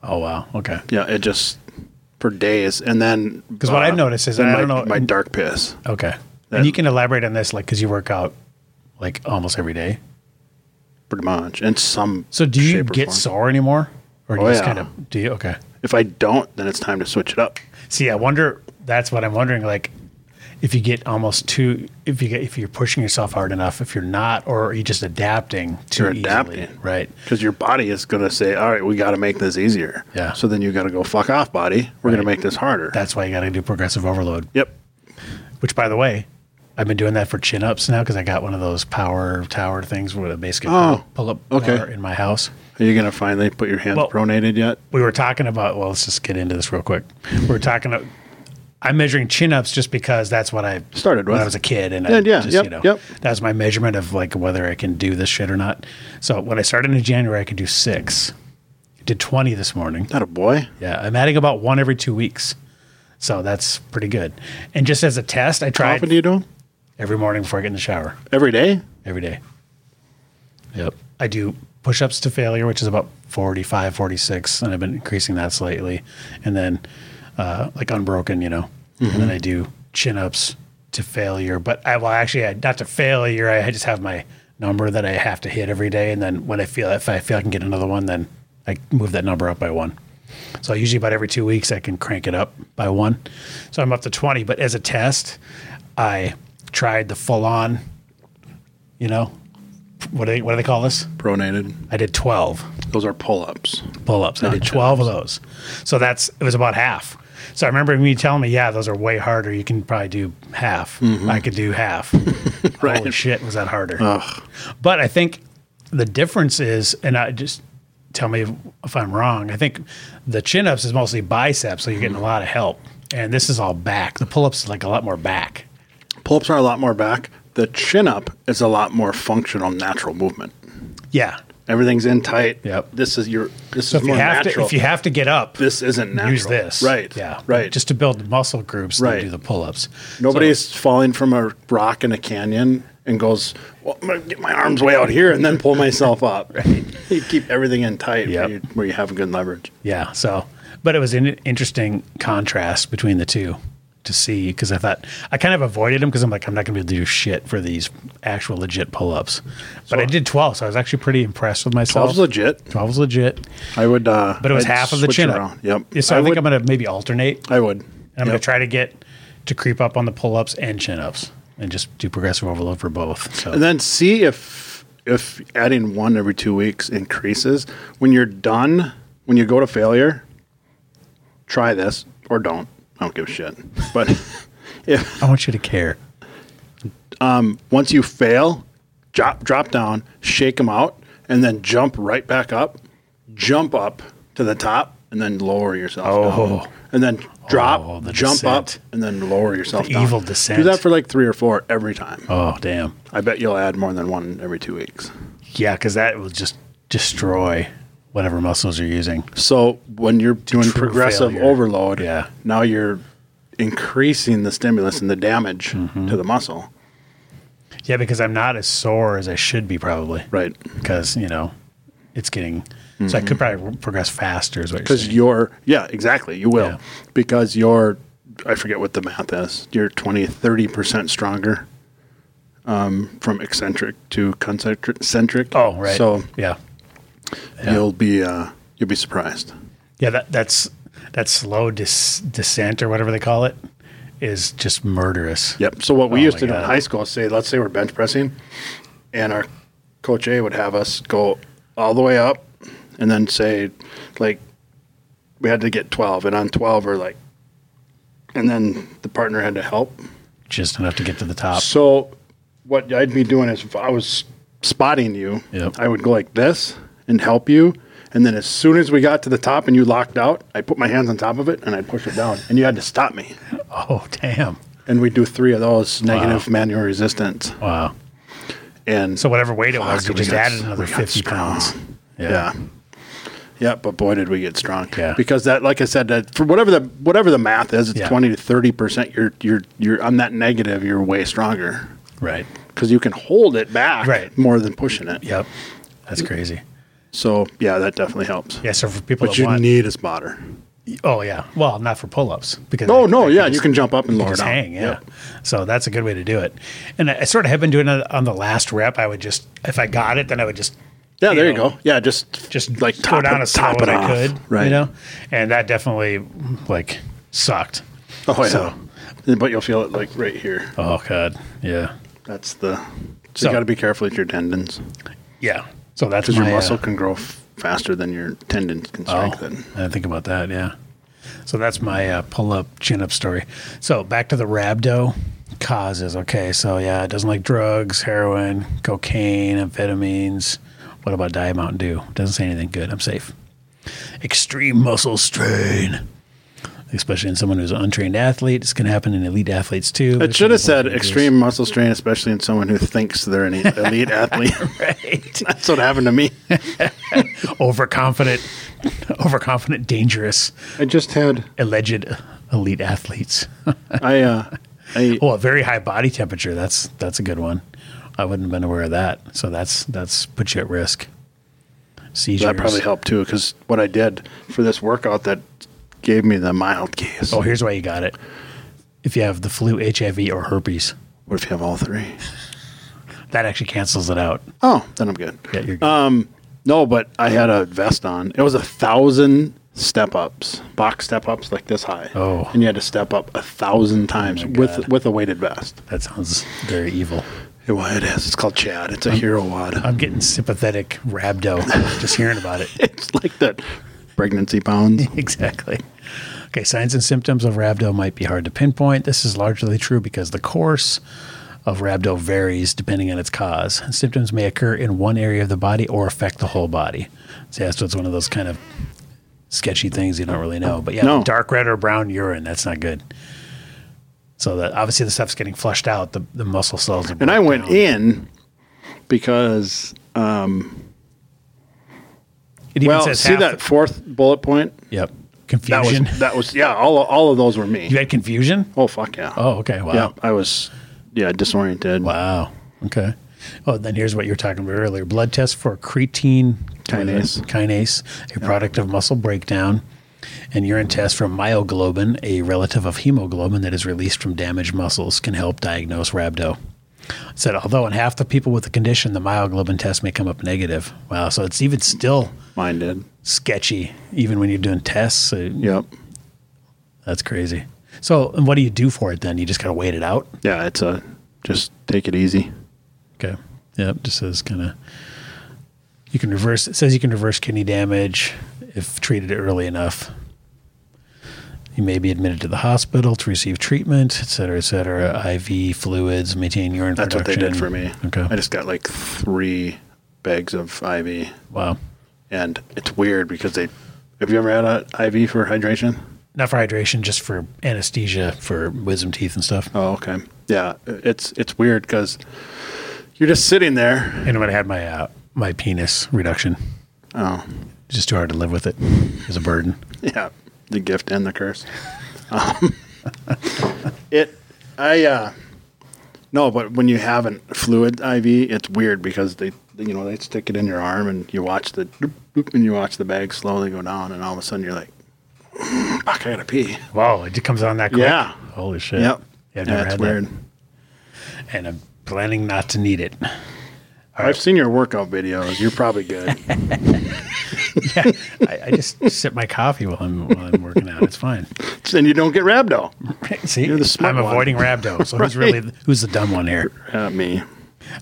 A: Oh wow. Okay.
B: Yeah, it just for days, and then because
A: what I've noticed is, and I
B: my,
A: don't know-
B: my dark piss.
A: Okay. and you can elaborate on this, like, because you work out like almost every day.
B: pretty much. And some.
A: So do you
B: shape or
A: get
B: form.
A: sore anymore, or do
B: Oh,
A: you just
B: yeah.
A: kind of do you? Okay.
B: If I don't, then it's time to switch it up.
A: See, I wonder. That's what I'm wondering. Like, if you get almost too, if you get, if you're pushing yourself hard enough, if you're not, or are you just adapting to
B: You're
A: easily,
B: adapting.
A: right?
B: Because your body is going to say, all right, we got to make this easier.
A: Yeah.
B: So then you got to go, fuck off, body. We're going to
A: Right.
B: make this harder.
A: That's why you got to do progressive overload.
B: yep.
A: Which, by the way, I've been doing that for chin ups now because I got one of those power tower things where basically
B: Oh,
A: pull up
B: okay.
A: bar in my house.
B: Are you going to finally put your hands
A: Well-
B: pronated yet?
A: we were talking about well let's just get into this real quick we were talking about i'm measuring chin-ups just because that's what i
B: Started
A: when
B: with.
A: i was a kid and
B: Yeah,
A: i
B: yeah,
A: just
B: yep,
A: you know
B: yep.
A: that was my measurement of like whether i can do this shit or not so when i started in january i could do six did 20 this morning
B: Not a boy.
A: yeah i'm adding about one every two weeks so that's pretty good and just as a test i
B: How
A: tried
B: often do you do 'em?
A: every morning before i get in the shower
B: Every day?
A: every day. Yep. I do push ups to failure, which is about 45, 46, and I've been increasing that slightly. And then uh, like unbroken, you know, and then I do chin ups to failure. But I will actually, I, not to failure, I just have my number that I have to hit every day. And then when I feel, if I feel I can get another one, then I move that number up by one. So usually about every two weeks, I can crank it up by one. So I'm up to 20. But as a test, I tried the full on you know what do they what do they call this?
B: Pronated.
A: I did twelve
B: Those are pull ups.
A: pull ups. I did twelve of those. So that's it was about half. So I remember me telling me, yeah, those are way harder. You can probably do half.
B: Mm-hmm.
A: I could do half. Holy shit, was that harder? But I think the difference is, and I just tell me if, if I'm wrong. I think the chin ups is mostly biceps, so you're
B: Mm-hmm.
A: getting a lot of help, and this is all back. The pull ups is like a lot more back.
B: Pull ups are a lot more back. The chin up is a lot more functional, natural movement.
A: Yeah.
B: Everything's in tight.
A: Yep.
B: This is your. This
A: So if
B: is
A: you
B: more
A: have
B: natural.
A: to if you have to get up,
B: this isn't natural.
A: use this.
B: Right.
A: Yeah.
B: Right.
A: Just to build muscle groups. They
B: Right.
A: do the pull ups.
B: Nobody's falling from a rock in a canyon and goes, well, I'm going to get my arms way out here and then pull myself up. You keep everything in tight
A: Yep.
B: where, you, where you have good leverage.
A: Yeah. So, but it was an interesting contrast between the two to see because I thought I kind of avoided them because I'm like I'm not going to be able to do shit for these actual legit pull ups. But I did 12, so I was actually pretty impressed with
B: 12's
A: myself.
B: legit.
A: 12 was legit,
B: I would. Uh,
A: but it was
B: I'd
A: half of the
B: switch
A: chin up.
B: around. Yep.
A: Yeah, So I,
B: would,
A: think I'm going to maybe alternate.
B: I would.
A: And I'm going
B: Yep.
A: to try to get to creep up on the pull ups and chin ups and just do progressive overload for both. So
B: And then see if if adding one every two weeks increases when you're done when you go to failure. Try this or don't. I don't give a shit. But if
A: I want you to care.
B: once you fail, drop drop down, shake them out, and then jump right back up, jump up to the top, and then lower yourself.
A: Oh.
B: down. and then drop,
A: Oh, the
B: jump
A: descent.
B: up, and then lower yourself.
A: The
B: down.
A: evil descent.
B: Do that for like three or four every time.
A: Oh, damn.
B: I bet you'll add more than one every two weeks.
A: Yeah, because that will just destroy whatever muscles you're using.
B: So when you're doing
A: true
B: progressive
A: failure.
B: overload,
A: Yeah.
B: now you're increasing the stimulus and the damage
A: Mm-hmm.
B: to the muscle.
A: Yeah, because I'm not as sore as I should be probably.
B: Right.
A: Because you know, it's getting. So
B: Mm-hmm.
A: I could probably progress faster. Is what you're
B: because
A: saying.
B: you're yeah exactly you will
A: Yeah.
B: because you're i forget what the math is you're 20 30% stronger um, from eccentric to concentric centric
A: oh right.
B: so
A: yeah,
B: you'll be uh, you'll be surprised
A: yeah. That that's that slow dis- descent or whatever they call it is just murderous.
B: yep so what we
A: Oh
B: used
A: my
B: to do in
A: God.
B: high school say let's say we're bench pressing and our coach a would have us go all the way up and then say like we had to get 12 and on 12 or like and then the partner had to help
A: Just enough to get to the top.
B: So what I'd be doing is if I was spotting you,
A: Yep.
B: I would go like this and help you. And then as soon as we got to the top and you locked out, I put my hands on top of it and I'd push it down. And you had to stop me.
A: Oh damn!
B: And we'd do three of those negative manual resistance.
A: Wow.
B: And
A: So whatever weight it
B: Fuck,
A: was, you
B: we
A: just
B: got-
A: added another
B: we got
A: fifty
B: strong.
A: pounds.
B: yeah. yeah. Yeah, but boy, did we get strong.
A: Yeah.
B: Because that, like I said, that for whatever the whatever the math is, it's
A: Yeah.
B: twenty to thirty percent. You're you're you're on that negative. You're way stronger
A: Right.
B: because you can hold it back
A: Right.
B: more than pushing it.
A: Yep. That's crazy.
B: So yeah, that definitely helps.
A: Yeah. So for people
B: But
A: that
B: you
A: want,
B: need a spotter.
A: oh yeah, well, not for pull-ups because
B: Oh
A: I-
B: no,
A: I
B: yeah,
A: just-
B: you can jump up and lower
A: just
B: down.
A: hang. Yeah.
B: Yep.
A: So that's a good way to do it. And I, I sort of have been doing it on the last rep. I would just, if I got it, then I would just,
B: Yeah, there you
A: know,
B: go. Yeah, just
A: Just
B: like
A: like go
B: top
A: down
B: it-
A: as slow
B: top
A: as
B: it
A: I
B: off.
A: could.
B: Right.
A: You know, and that definitely like sucked.
B: Oh yeah.
A: So-
B: But you'll feel it like right here.
A: Oh God. Yeah.
B: That's the. So,
A: So-
B: you got to be careful with your tendons
A: Yeah. So that's
B: because your
A: my, uh,
B: muscle can grow f- faster than your tendons can
A: Oh,
B: strengthen.
A: I didn't think about that. Yeah. So that's my uh, pull up, chin up story. So back to the rhabdo causes. Okay. So yeah, it doesn't like drugs, heroin, cocaine, amphetamines. What about Diet Mountain Dew? Doesn't say anything good. I'm safe. Extreme muscle strain. Especially in someone who's an untrained athlete. It's going to happen in elite athletes too.
B: It should have said extreme muscle strain, especially in someone who thinks they're an elite athlete.
A: Right.
B: That's what happened to me.
A: overconfident, overconfident, dangerous,
B: I just had
A: alleged elite athletes.
B: I uh I
A: Well, Oh, a very high body temperature. That's that's a good one. I wouldn't have been aware of that. So that's that's puts you at risk. Seizures.
B: that probably helped too because what I did for this workout that gave me the mild case.
A: Oh, here's why you got it. If you have the flu, HIV, or herpes,
B: What if you have all three?
A: that actually cancels it out.
B: Oh, then I'm good.
A: Yeah, you're good.
B: No, but I had a vest on. It was a thousand step ups, box step ups like this high.
A: Oh.
B: and you had to step up a thousand times with with a weighted vest.
A: that sounds very evil.
B: It, well, it is. It's called Chad. It's a hero wad.
A: I'm getting sympathetic rhabdo just hearing about it.
B: it's like that pregnancy pounds.
A: Exactly. Okay, signs and symptoms of rhabdo might be hard to pinpoint. This is largely true because the course of rhabdo varies depending on its cause. Symptoms may occur in one area of the body or affect the whole body. So, yeah, so it's one of those kind of sketchy things you don't really know. But yeah,
B: No.
A: the dark red or brown urine, that's not good. So that obviously the stuff's getting flushed out, the, the muscle cells. are
B: And I
A: broken
B: went
A: down.
B: in because
A: It even
B: well,
A: says
B: see
A: half-
B: that fourth bullet point?
A: Yep.
B: That was
A: Confusion.
B: that was yeah. All all of those were me.
A: you had confusion?
B: Oh fuck yeah.
A: Oh, okay. Wow.
B: yeah. I was yeah disoriented.
A: Wow. Okay. Oh, then here's what you were talking about earlier: blood test for creatine
B: Kinase.
A: kinase, a product of muscle breakdown, and urine test for myoglobin, a relative of hemoglobin that is released from damaged muscles, can help diagnose rhabdo. It said although in half the people with the condition, the myoglobin test may come up negative. Wow. So it's even still
B: Mine did.
A: sketchy, even when you're doing tests. Uh,
B: Yep.
A: That's crazy. So, and what do you do for it then? You just gotta wait it out.
B: Yeah. It's a just take it easy.
A: Okay. Yep. Just says kind of. You can reverse. It says you can reverse kidney damage if treated early enough. You may be admitted to the hospital to receive treatment, et cetera, et cetera. IV fluids, maintain urine
B: That's what they
A: production.
B: did for me.
A: Okay.
B: I just got like three bags of IV,
A: wow.
B: and it's weird because they. Have you ever had an IV for hydration?
A: Not for hydration, just for anesthesia for wisdom teeth and stuff.
B: Oh, okay. Yeah, it's it's weird because you're just sitting there.
A: And when I had my uh, my penis reduction,
B: Oh,
A: it's just too hard to live with it. It's a burden.
B: yeah, the gift and the curse. Um, it, I, uh, no, but when you have a fluid IV, it's weird because they, you know, they stick it in your arm and you watch the, doop, doop, and you watch the bag slowly go down, and all of a sudden you're like, fuck, I gotta pee.
A: Wow, it comes on that quick.
B: Yeah.
A: Holy shit.
B: Yep.
A: Yeah, I've never
B: That's
A: had
B: weird.
A: that. And I'm planning not to need it.
B: I've seen your workout videos. You're probably good.
A: I, I just sip my coffee while I'm while I'm working out. It's fine.
B: and you don't get rhabdo.
A: See,
B: You're the smart
A: I'm
B: one.
A: avoiding rhabdo. So who's
B: Right.
A: really who's the dumb one here?
B: Not Uh, me.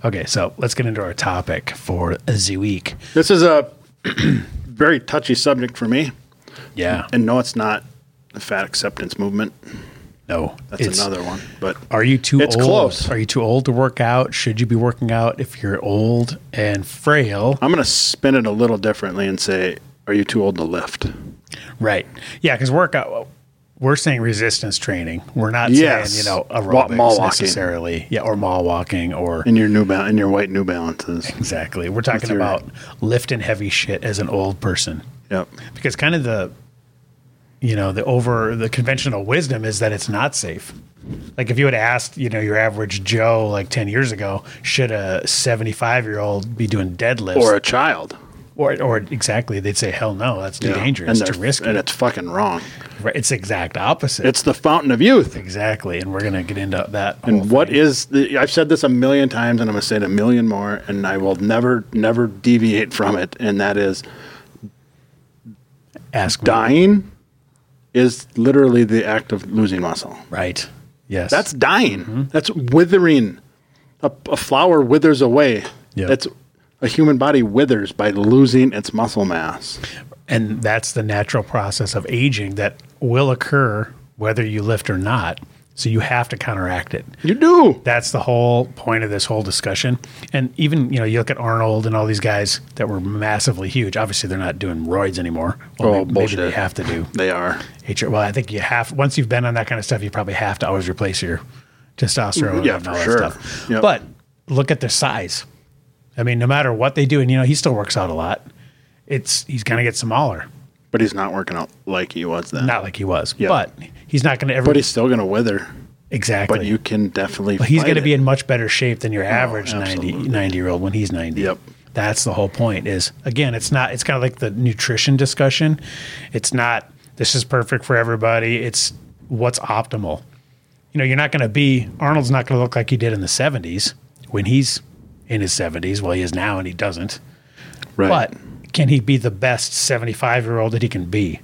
A: Okay, so let's get into our topic for the week.
B: This is a very touchy subject for me.
A: Yeah,
B: And no, it's not the fat acceptance movement.
A: no,
B: That's
A: it's-
B: another one. But
A: Are you too?
B: It's
A: old?
B: close.
A: Are you too old to work out? Should you be working out if you're old and frail?
B: I'm going to spin it a little differently and say, are you too old to lift?
A: Right. Yeah, because workout. We're saying resistance training. We're not
B: Yes.
A: saying you know
B: Wa-
A: aerobics
B: mall walking.
A: necessarily. Yeah, or mall walking or
B: In your new ba- in your white New Balances.
A: Exactly. We're talking
B: your-
A: about lifting heavy shit as an old person.
B: Yep.
A: because kind of the you know the over the conventional wisdom is that it's not safe like if you had asked you know your average joe like 10 years ago should a 75 year old be doing deadlifts
B: Or a child.
A: or, or exactly they'd say hell no that's too
B: Yeah.
A: dangerous
B: And
A: too
B: they're-
A: risky
B: And it's fucking wrong.
A: Right, it's the exact opposite
B: It's the fountain of youth.
A: exactly and we're gonna get into that
B: And what is the, I've said this a million times and I'm going to say it a million more, and I will never, never deviate from it. And that is
A: ask me.
B: dying is literally the act of losing muscle.
A: right yes
B: That's dying. That's withering. A, a flower withers away.
A: Yeah.
B: That's a human body withers by losing its muscle mass.
A: and that's the natural process of aging that will occur whether you lift or not so you have to counteract it
B: You do.
A: that's the whole point of this whole discussion. And even you know, you look at Arnold and all these guys that were massively huge. Obviously, they're not doing roids anymore. Well,
B: Oh,
A: may- maybe,
B: bullshit.
A: they have to do.
B: They are.
A: HR, well, I think you have once you've been on that kind of stuff, you probably have to always replace your testosterone
B: Mm-hmm. Yeah,
A: and
B: for
A: all that
B: sure.
A: stuff.
B: Yep.
A: But look at their size. I mean, no matter what they do, and you know, he still works out a lot. It's he's going to get smaller,
B: But he's not working out like he was then.
A: not like he was,
B: Yeah.
A: but he's not going to ever
B: But he's still going to wither.
A: exactly.
B: But you can definitely.
A: But he's
B: fight
A: going to be
B: it. Oh,
A: in much better shape than your average 90,
B: absolutely.
A: 90 year old when he's 90.
B: Yep.
A: That's the whole point is again, it's not, it's kind of like the nutrition discussion. It's not, this is perfect for everybody. It's what's optimal. You know, you're not going to be, Arnold's not going to look like he did in the 70s when he's in his 70s. Well, he is now and he doesn't.
B: Right.
A: But can he be the best 75 year old that he can be?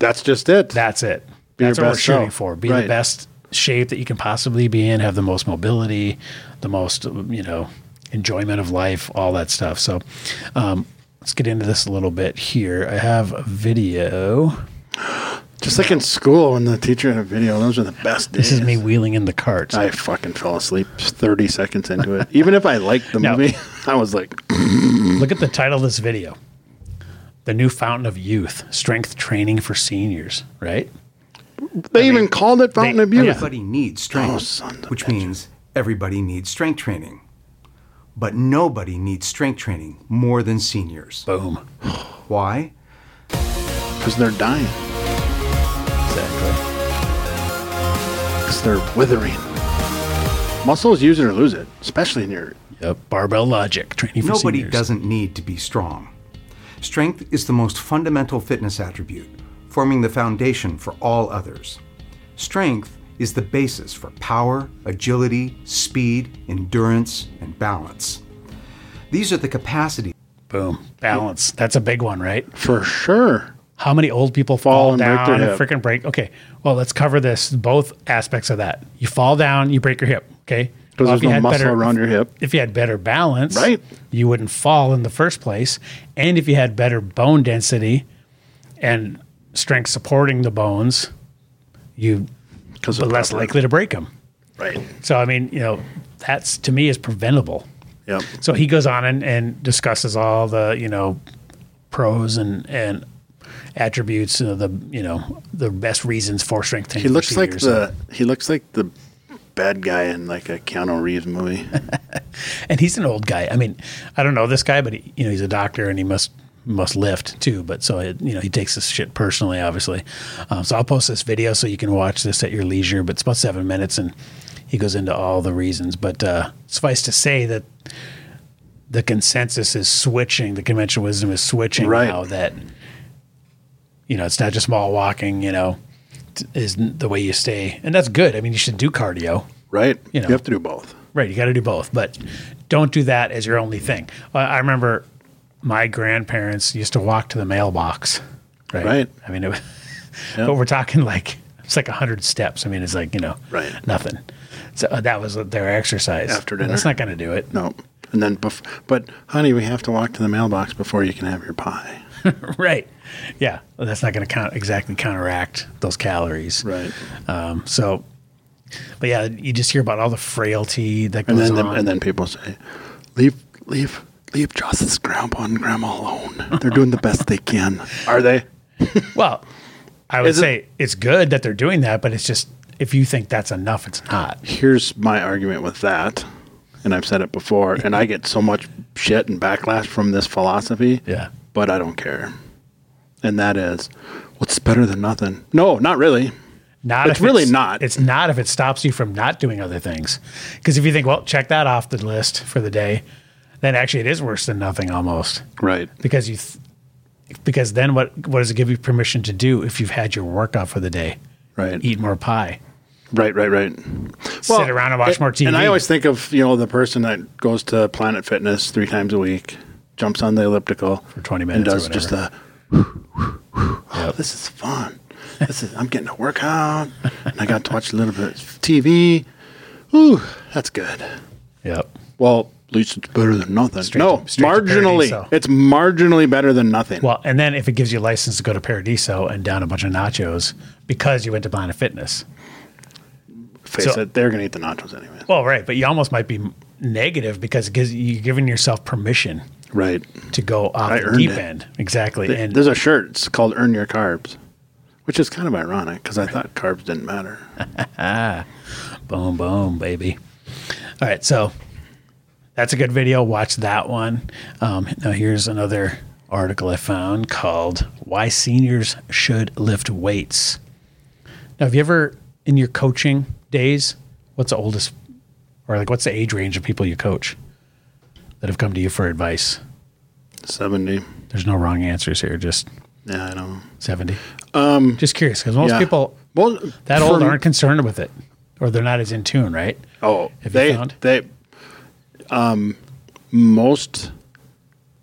B: that's just it.
A: That's it.
B: Be your
A: That's what we're
B: best
A: shooting
B: self.
A: for. Be
B: Right.
A: the best shape that you can possibly be in, have the most mobility, the most, you know, enjoyment of life, all that stuff. So um, let's get into this a little bit here. I have a video.
B: just like in school when the teacher had a video. Those are the best days.
A: This is me wheeling in the cart.
B: I fucking fell asleep 30 seconds into it. Even if I liked the
A: No.
B: movie, I was like,
A: Look at the title of this video The New Fountain of Youth Strength Training for Seniors, right?
B: they even called it Fountain
A: they- oh,
B: of Youth.
D: Everybody needs strength,
B: Oh, son of a
D: which
B: bitch.
D: means everybody needs strength training. But nobody needs strength training more than seniors.
A: Boom.
D: Why?
B: Because they're dying.
A: Exactly.
B: Because they're withering. Muscles use it or lose it, especially in your.
A: Yep. Barbell Logic Training for
D: Nobody
A: Seniors.
D: doesn't need to be strong. Strength is the most fundamental fitness attribute, forming the foundation for all others. Strength is the basis for power, agility, speed, endurance, and balance. These are the capacities
A: Boom. Balance. That's a big one, right?
B: For sure.
A: How many old people fall,
B: Fall and break
A: down
B: their
A: and
B: hip.
A: freaking break? Okay, well, let's cover this both aspects of that. You fall down, you break your hip. Okay,
B: Because
A: Well,
B: there's
A: if you
B: no
A: had
B: muscle
A: better-
B: around your hip.
A: If you had better balance,
B: Right.
A: you wouldn't fall in the first place. And if you had better bone density and strength supporting the bones, you
B: Because
A: are less likely to break them.
B: Right.
A: So I mean, you know, that's to me is preventable.
B: Yep.
A: So he goes on and, and discusses all the you know pros and and attributes of the you know the best reasons for strength training.
B: He
A: for
B: looks like
A: seniors.
B: the he looks like the bad guy in like a Keanu Reeves movie.
A: and he's an old guy. I mean, I don't know this guy, but he, you know he's a doctor and he must must lift too. But so it, you know he takes this shit personally, obviously. Um, so I'll post this video so you can watch this at your leisure. But it's about seven minutes, and he goes into all the reasons. But uh, suffice to say that the consensus is switching. The conventional wisdom is switching
B: Right.
A: now that you know it's not just mall walking. You know t- is the way you stay, and that's good. I mean, you should do cardio.
B: Right?
A: You
B: You,
A: know.
B: have to do both.
A: Right, you got to do both, but don't do that as your only thing. I I remember my grandparents used to walk to the mailbox. Right.
B: Right.
A: I mean, it, was- but we're talking like it's like hundred steps. I mean, it's like you know,
B: Right.
A: nothing. So uh, that was their exercise
B: After
A: Well, That's
B: dinner.
A: not going to do it.
B: No. And then bef- but honey, we have to walk to the mailbox before you can have your pie.
A: right. Yeah, Well, that's not going to count exactly counteract those calories.
B: Right.
A: Um, so, but yeah, you just hear about all the frailty that
B: And
A: goes
B: then the,
A: on.
B: and then people say, "Leave leave leave Joss's grandpa and grandma alone. They're doing the best they can." Are they?
A: Well, I would
B: Is it-
A: say it's good that they're doing that, but it's just if you think that's enough, it's not.
B: here's my argument with that, and I've said it before, and I get so much shit and backlash from this philosophy.
A: Yeah.
B: But I don't care. and that is what's better than nothing. No, not really.
A: Not
B: It's
A: if
B: really not.
A: It's not if it stops you from not doing other things. Because if you think, well, check that off the list for the day, then actually it is worse than nothing almost.
B: Right.
A: Because you, th- because then what what does it give you permission to do if you've had your work off for the day?
B: Right.
A: Eat more pie.
B: Right, right, right.
A: Sit around and watch more TV.
B: And I always think of, you know, the person that goes to Planet Fitness three times a week, jumps on the elliptical for
A: 20
B: and
A: minutes or
B: does just a, oh, this is fun. This is, I'm getting a workout and I got to watch a little bit of TV. Ooh, that's good.
A: Yep.
B: Well, at least it's better than nothing.
A: Straight
B: no,
A: to- straight to
B: marginally.
A: parody, so.
B: It's marginally better than nothing.
A: Well, and then if it gives you a license to go to Paradiso and down a bunch of nachos because you went to Planet Fitness.
B: Face
A: so-
B: it, they're going to eat the nachos anyway.
A: Well, right, but you almost might be negative because it gives, you're giving yourself permission
B: Right.
A: to go off
B: I
A: the
B: earned
A: deep
B: it.
A: end. Exactly.
B: Th-
A: and
B: There's a shirt. It's called "Earn Your Carbs," which is kind of ironic because I thought carbs didn't matter.
A: Boom, boom, baby. All right, so that's a good video. Watch that one. Um, now, here's another article I found called Why Seniors Should Lift Weights. Now, have you ever, in your coaching days, what's the oldest or like what's the age range of people you coach that have come to you for advice?
B: Seventy.
A: There's no wrong answers here, just
B: Yeah, I know.
A: 70. Um, just curious because most
B: yeah.
A: people
B: Well,
A: that
B: for
A: old
B: m-
A: aren't concerned with it or they're not as in tune, right?
B: Oh,
A: Have you
B: they
A: found?
B: they um most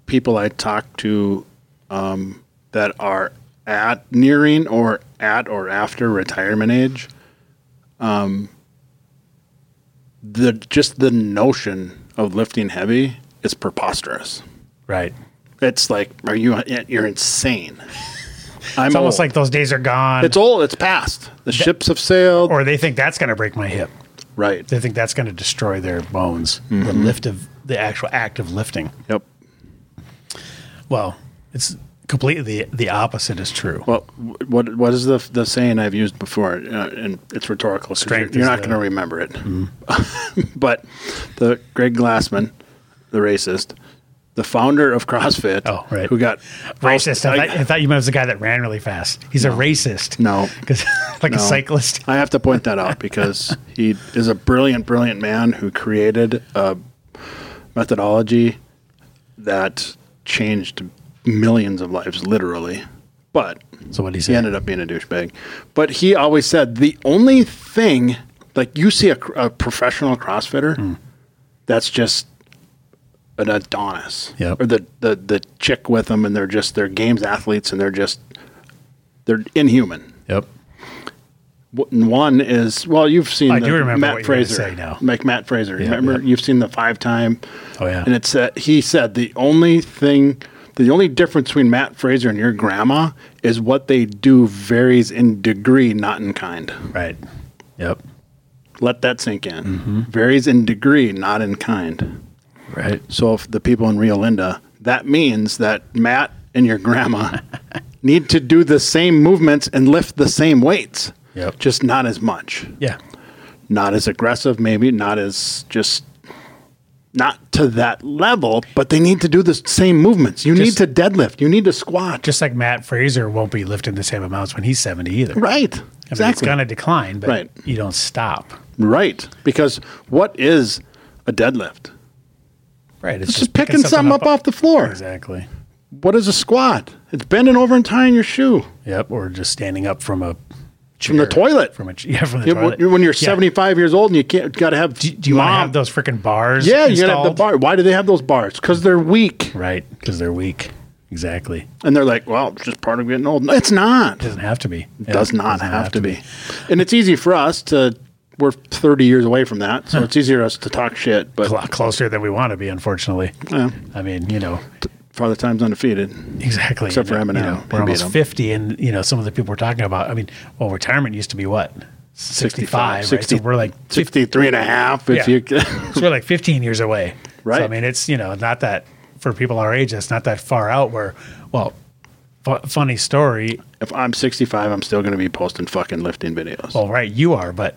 B: people I talk to um that are at nearing or at or after retirement age um the just the notion of lifting heavy is preposterous.
A: Right.
B: It's like, are you? You're insane. I'm
A: It's almost
B: old.
A: like those days are gone.
B: it's old. It's past. The ships have sailed.
A: or they think that's going to break my hip.
B: right.
A: They think that's going to destroy their bones. The
B: Mm-hmm.
A: lift of the actual act of lifting.
B: Yep.
A: Well, it's completely the, the opposite is true.
B: Well, what what is the the saying I've used before? Uh, and it's rhetorical. 'cause
A: Strength
B: You're, you're
A: is
B: not
A: the-
B: going to remember it. but the Greg Glassman, the racist, the founder of CrossFit.
A: Oh, right.
B: Who got
A: Racist. I,
B: I-
A: thought, I thought you meant it was the guy that ran really fast. He's a racist.
B: No.
A: 'Cause- like a
B: No.
A: cyclist.
B: I have to point that out because he is a brilliant, brilliant man who created a methodology that changed millions of lives, literally. But
A: So what he
B: he
A: said.
B: ended up being a douchebag. But he always said the only thing, like you see a, cr- a professional CrossFitter, that's just an Adonis,
A: Yep.
B: or the, the the chick with them, and they're just they're games athletes, and they're just they're inhuman.
A: Yep.
B: W- One is well, you've seen.
A: I
B: the
A: do remember
B: Matt
A: what you were gonna
B: Fraser.
A: say now.
B: Like Matt Fraser,
A: Yeah,
B: remember
A: yeah.
B: you've seen the five-time.
A: Oh, yeah.
B: And it said he said the only thing, the only difference between Matt Fraser and your grandma is what they do varies in degree, not in kind.
A: Right. Yep.
B: Let that sink in.
A: Mm-hmm.
B: Varies in degree, not in kind.
A: Right.
B: So if the people in Rio Linda, that means that Matt and your grandma need to do the same movements and lift the same weights.
A: Yep.
B: Just not as much
A: Yeah.
B: not as aggressive, maybe not as just not to that level, but they need to do the same movements. You
A: Just-
B: need to deadlift. You need to squat.
A: Just like Matt Fraser won't be lifting the same amounts when he's 70 either.
B: right.
A: I mean, it's
B: Exactly.
A: going to decline, but
B: Right.
A: you don't stop.
B: right. Because what is a deadlift?
A: Right. It's,
B: It's just picking something up off the floor.
A: Exactly.
B: What is a squat? It's bending over and tying your shoe.
A: Yep, or just standing up from a
B: From the
A: chair.
B: toilet.
A: From a ch- yeah, from the
B: You-
A: toilet.
B: When you're
A: Yeah.
B: 75 years old and you can't, got to have.
A: do, do you want to
B: mom-
A: have those freaking bars?
B: Yeah, you
A: installed?
B: gotta have the bar. Why do they have those bars? Because they're weak.
A: Right, because they're weak. Exactly.
B: And they're like, well, it's just part of getting old. No, it's not.
A: Doesn't have to be. Yeah,
B: does not
A: doesn't
B: have, to be. And it's easy for us to, we're 30 years away from that. So it's easier for us to talk shit, but
A: A lot closer than we want to be, unfortunately.
B: Yeah.
A: I mean, you know,
B: Father Time's undefeated.
A: exactly.
B: Except
A: you
B: for
A: know,
B: Eminem.
A: you know,
B: He
A: we're
B: beat
A: almost
B: him.
A: 50, and, you know, some of the people we're talking about, I mean, well, retirement used to be what? 65.
B: 60
A: right? So we're like 50,
B: 63 and a half. If
A: Yeah.
B: you,
A: so we're like 15 years away.
B: Right.
A: So, I mean, it's, you know, not that, for people our age, that's not that far out where, well, fu- funny story, Oh.
B: if I'm 65, I'm still going to be posting fucking lifting videos.
A: Well, right, you are, but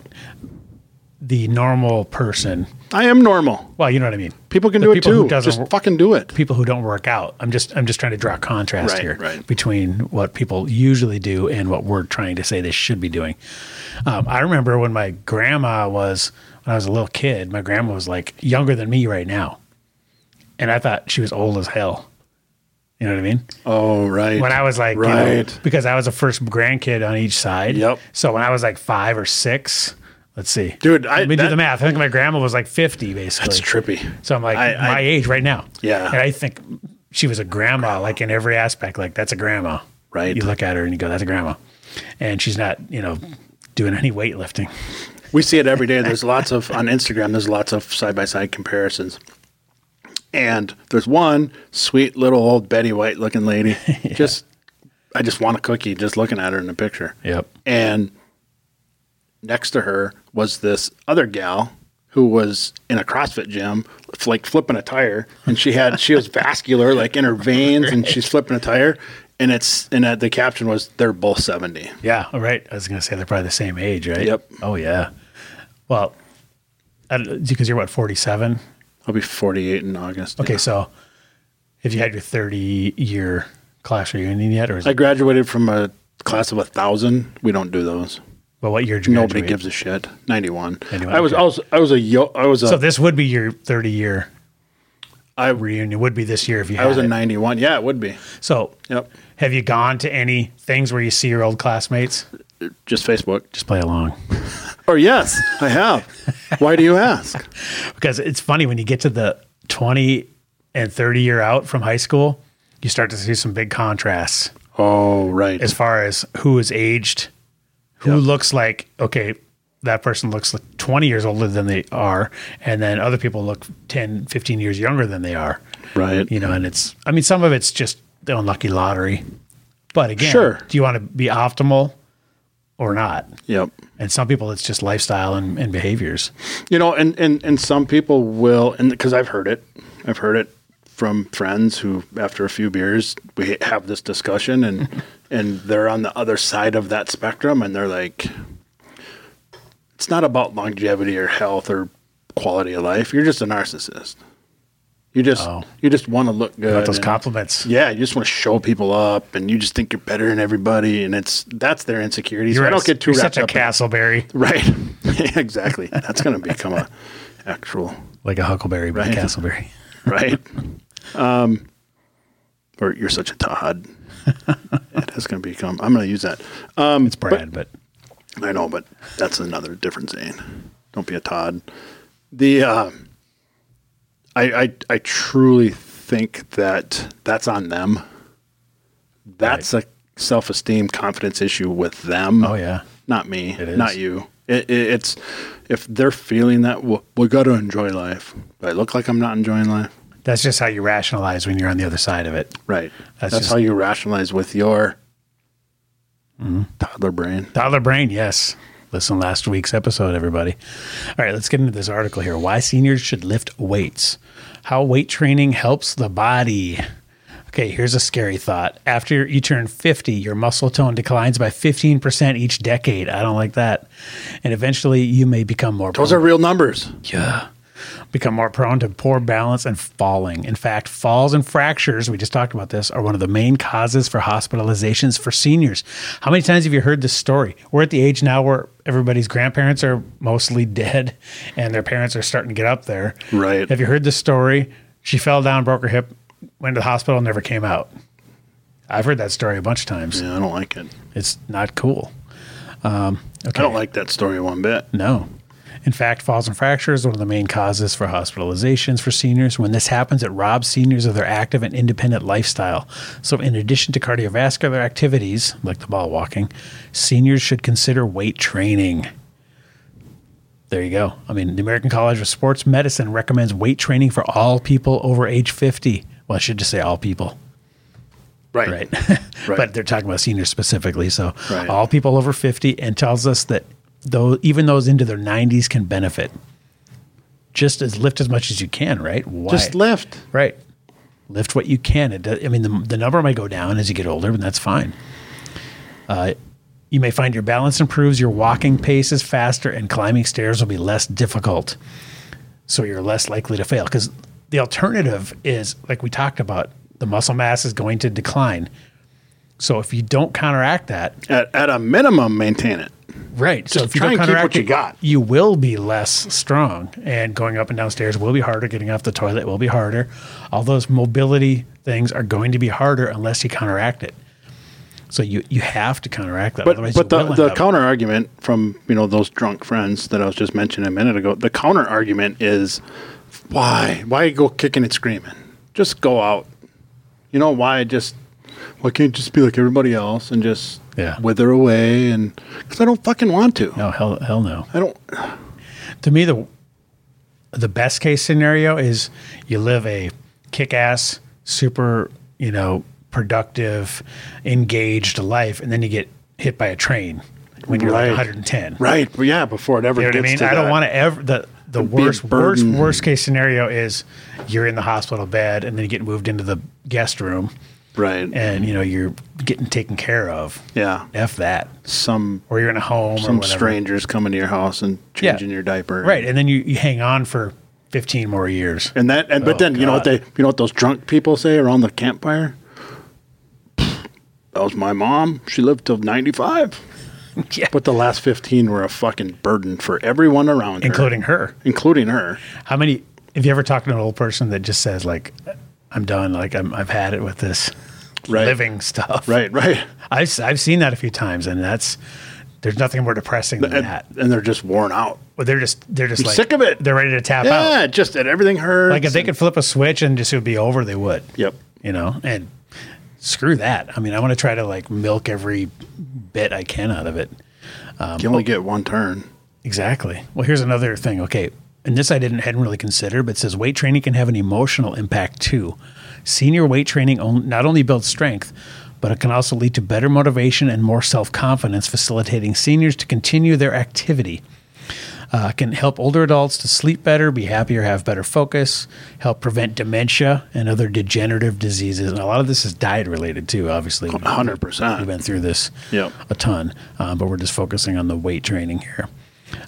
A: the normal person.
B: I am normal.
A: Well, you know what I mean.
B: People can
A: The
B: do
A: people who
B: it too.
A: doesn't
B: Just
A: wor-
B: fucking do it.
A: People who don't work out. I'm just I'm just trying to draw a contrast
B: Right,
A: here
B: right.
A: between what people usually do and what we're trying to say they should be doing. Um, I remember when my grandma was when I was a little kid. My grandma was like younger than me right now, and I thought she was old as hell. You know what I mean?
B: Oh, right.
A: when I was like, you know,
B: right.
A: because I was the first grandkid on each side.
B: Yep.
A: So when I was like five or six, let's see,
B: Dude, I-
A: let me do
B: that-
A: the math. I think my grandma was like fifty, basically.
B: That's trippy.
A: So I'm like
B: I- I-
A: my age right now.
B: Yeah.
A: And I think she was a grandma, like in every aspect. Like that's a grandma.
B: Right.
A: You look at her and you go, that's a grandma, and she's not, you know, doing any weightlifting.
B: We see it every day. There's lots of on Instagram. There's lots of side by side comparisons, and there's one sweet little old Betty White looking lady. Just, I just want a cookie just looking at her in the picture.
A: Yep.
B: And next to her was this other gal who was in a CrossFit gym, like flipping a tire, and she had she was vascular, like in her veins, and she's flipping a tire. And it's and uh, the caption was they're both seventy.
A: Yeah, all right. I was gonna say they're probably the same age, right?
B: Yep.
A: Oh yeah. Well, I don't- because you're what forty-seven.
B: I'll be forty eight in August.
A: Okay, so have you had your 30 year class reunion yet? Or is
B: I
A: it,
B: graduated from a class of a thousand. We don't do those.
A: well, what year did you
B: Nobody
A: graduate?
B: gives a shit. Ninety one.
A: 91,
B: I was
A: okay.
B: I was I was a yo I was a I
A: So this would be your 30 year
B: I-
A: reunion, would be this year if you had
B: was a
A: it.
B: ninety one. Yeah, it would be.
A: So
B: Yep.
A: have you gone to any things where you see your old classmates?
B: Just Facebook.
A: Just play along.
B: Or yes, I have. Why do you ask?
A: Because it's funny when you get to the 20 and 30 year out from high school, you start to see some big contrasts.
B: Oh right.
A: as far as who is aged, who looks like okay, that person looks like 20 years older than they are, and then other people look 10, 15 years younger than they are.
B: right.
A: You know, and it's I mean some of it's just the unlucky lottery. But again,
B: Sure.
A: do you want to be optimal or not?
B: Yep.
A: And some people it's just lifestyle and, and behaviors.
B: You know, and and and some people will, and because I've heard it, I've heard it from friends who, after a few beers, we have this discussion, and and they're on the other side of that spectrum, and they're like, it's not about longevity or health or quality of life. You're just a narcissist. You just
A: Oh.
B: you just want to look good.
A: But those
B: and-
A: compliments.
B: yeah, you just want to show people up, and you just think you're better than everybody, and it's that's their insecurities.
A: You're,
B: I don't
A: a-
B: get too
A: you're
B: wrapped
A: such a
B: up in-
A: Castleberry,
B: Right. exactly. That's going to become a actual,
A: like a Huckleberry, but a
B: Right.
A: Castleberry.
B: right? Um, or you're such a Todd. it is going to become, I'm going to use that.
A: It's Brad, but,
B: I know, but that's another different Zane. Don't be a Todd. The, uh, I, I, I truly think that that's on them. That's a self esteem confidence issue with them
A: oh yeah,
B: not me,
A: It is.
B: not you. It, it, it's if they're feeling that well, we got to enjoy life. Do I look like I'm not enjoying life,
A: that's just how you rationalize when you're on the other side of it.
B: right?
A: That's
B: That's,
A: just-
B: how you rationalize with your toddler brain.
A: Toddler brain, yes. Listen to last week's episode, everybody. All right, let's get into this article here. Why seniors should lift weights. How weight training helps the body. Okay, here's a scary thought. After you turn 50, your muscle tone declines by 15% each decade. I don't like that. And eventually you may become more
B: Those are real numbers.
A: yeah. Become more prone to poor balance and falling. In fact, falls and fractures, we just talked about this, are one of the main causes for hospitalizations for seniors. How many times have you heard this story? We're at the age now where everybody's grandparents are mostly dead and their parents are starting to get up there.
B: Right.
A: Have you heard this story? She fell down, broke her hip, went to the hospital, never came out. I've heard that story a bunch of times.
B: Yeah, I don't like it.
A: It's not cool. Um,
B: I don't like that story one bit.
A: No. In fact, falls and fractures are one of the main causes for hospitalizations for seniors. When this happens, it robs seniors of their active and independent lifestyle. So, in addition to cardiovascular activities like the ball walking, seniors should consider weight training. There you go. I mean, the American College of Sports Medicine recommends weight training for all people over age 50. Well, I should just say all people
B: Right.
A: right?
B: Right.
A: but they're talking about seniors specifically. So
B: Right.
A: all people over 50 and tells us that though even those into their 90s can benefit. Just as lift as much as you can, right? Why?
B: Just lift.
A: Right. Lift what you can. It does, I mean, the, the number might go down as you get older, and that's fine. Uh, You may find your balance improves, your walking pace is faster, and climbing stairs will be less difficult. So you're less likely to fail. Because the alternative is, like we talked about, the muscle mass is going to decline. So if you don't counteract that,
B: At, at a minimum, maintain it.
A: Right. So
B: Just
A: if you
B: try
A: don't
B: and keep
A: counteract
B: what you
A: it,
B: got.
A: you will be less strong, and going up and downstairs will be harder. Getting off the toilet will be harder. All those mobility things are going to be harder unless you counteract it. So you you have to counteract that.
B: But
A: Otherwise,
B: but
A: you
B: the,
A: will
B: the
A: end up-
B: counter argument from you know those drunk friends that I was just mentioning a minute ago. The counter argument is why why go kicking and screaming? Just go out. You know why just why can't you just be like everybody else and just
A: Yeah.
B: wither away and because I don't fucking want to.
A: no hell hell no.
B: I don't.
A: to me the the best case scenario is you live a kick-ass super you know productive engaged life and then you get hit by a train when you're
B: Right.
A: like 110
B: Right? But yeah, before it ever
A: you know what i
B: gets
A: mean
B: to
A: i don't
B: that.
A: want to ever the the
B: be a
A: worst worst
B: burden.
A: worst case scenario is you're in the hospital bed and then you get moved into the guest room
B: Right.
A: and you know you're getting taken care of
B: yeah.
A: f that
B: Some
A: or you're in a home or
B: some
A: whatever.
B: strangers coming to your house and
A: Yeah.
B: changing your diaper.
A: right and then you, you hang on for 15 more years
B: And that, and but
A: Oh,
B: then you know what they,
A: God.
B: you know what those drunk people say around the campfire. That was my mom. She lived till ninety five,
A: yeah.
B: but the last fifteen were a fucking burden for everyone around, her.
A: including her
B: including her.
A: How many have you ever talked to an old person that just says like, "I'm done. Like I'm, I've had it with this
B: Right.
A: living stuff."
B: Right, right.
A: I've s- I've seen that a few times, and that's there's nothing more depressing than
B: And,
A: that.
B: and they're just worn out.
A: But they're just they're just
B: uh, I'm
A: like
B: sick of it.
A: They're ready to tap out.
B: Yeah, just that everything hurts.
A: Like if they could flip a switch and just it would be over, they would.
B: Yep.
A: You know, and screw that. I mean, I want to try to like milk every bit I can out of it. Um,
B: you
A: oh.
B: only get one turn.
A: Exactly. Well, here's another thing. Okay, and this I didn't hadn't really considered, but it says weight training can have an emotional impact too. Senior weight training on, not only builds strength, but it can also lead to better motivation and more self confidence, facilitating seniors to continue their activity. Uh, can help older adults to sleep better, be happier, have better focus, help prevent dementia and other degenerative diseases. And a lot of this is diet related too, obviously. We've-
B: 100%.
A: We've been through this
B: Yep.
A: a ton, um, but we're just focusing on the weight training here.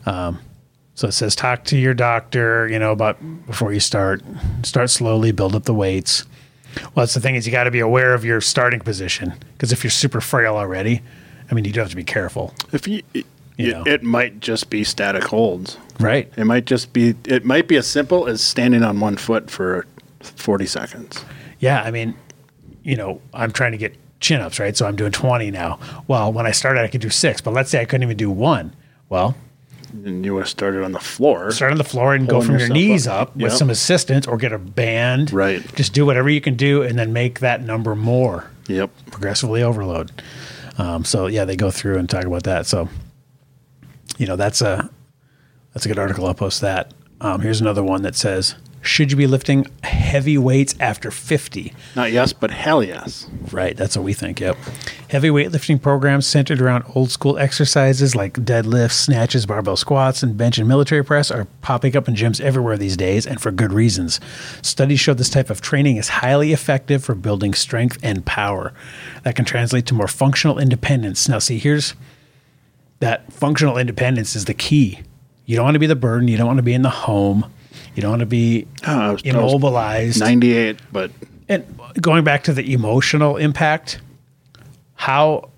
A: Um, So it says talk to your doctor, you know, about before you start. Start slowly, build up the weights. Well, that's the thing is you got to be aware of your starting position because if you're super frail already, I mean, you do have to be careful,
B: If you, it,
A: You
B: it-
A: know.
B: it might just be static holds.
A: right?
B: It might just be. It might be as simple as standing on one foot for forty seconds.
A: Yeah, I mean, you know, I'm trying to get chin ups, right? So I'm doing 20 now. Well, when I started, I could do six, but let's say I couldn't even do one. Well,
B: and you would have started on the floor.
A: start on the floor and go
B: Pulling
A: from your
B: yourself
A: knees
B: up.
A: up, with
B: Yep.
A: some assistance or get a band.
B: Right.
A: Just do whatever you can do and then make that number more.
B: Yep.
A: progressively overload. Um, so yeah, they go through and talk about that. So you know that's a that's a good article. I'll post that. Um, here's another one that says, "Should you be lifting heavy weights after 50?"
B: Not yes, but hell yes.
A: Right, that's what we think. Yep. Heavy weightlifting programs centered around old school exercises like deadlifts, snatches, barbell squats, and bench and military press are popping up in gyms everywhere these days, and for good reasons. Studies show this type of training is highly effective for building strength and power. That can translate to more functional independence. Now, see, here's that functional independence is the key. You don't want to be the burden. You don't want to be in the home. You don't want to be
B: I was- I was
A: immobilized.
B: 98, but
A: And going back to the emotional impact, how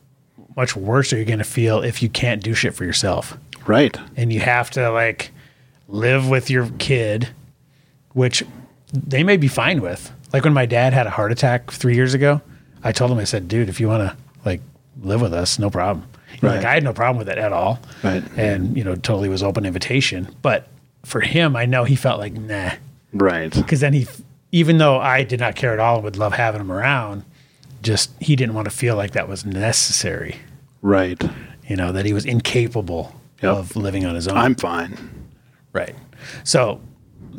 A: much worse are you going to feel if you can't do shit for yourself?
B: right.
A: And you have to like live with your kid, which they may be fine with. Like when my dad had a heart attack three years ago, I told him, I said, dude, if you want to like live with us, no problem. You know,
B: Right.
A: Like I had no problem with it at all.
B: Right.
A: And, you know, totally was open invitation. But for him, I know he felt like, nah,
B: Right.
A: because then he, even though I did not care at all, and would love having him around. Just he didn't want to feel like that was necessary.
B: Right.
A: You know that he was incapable
B: Yep.
A: of living on his own.
B: I'm fine.
A: right. So,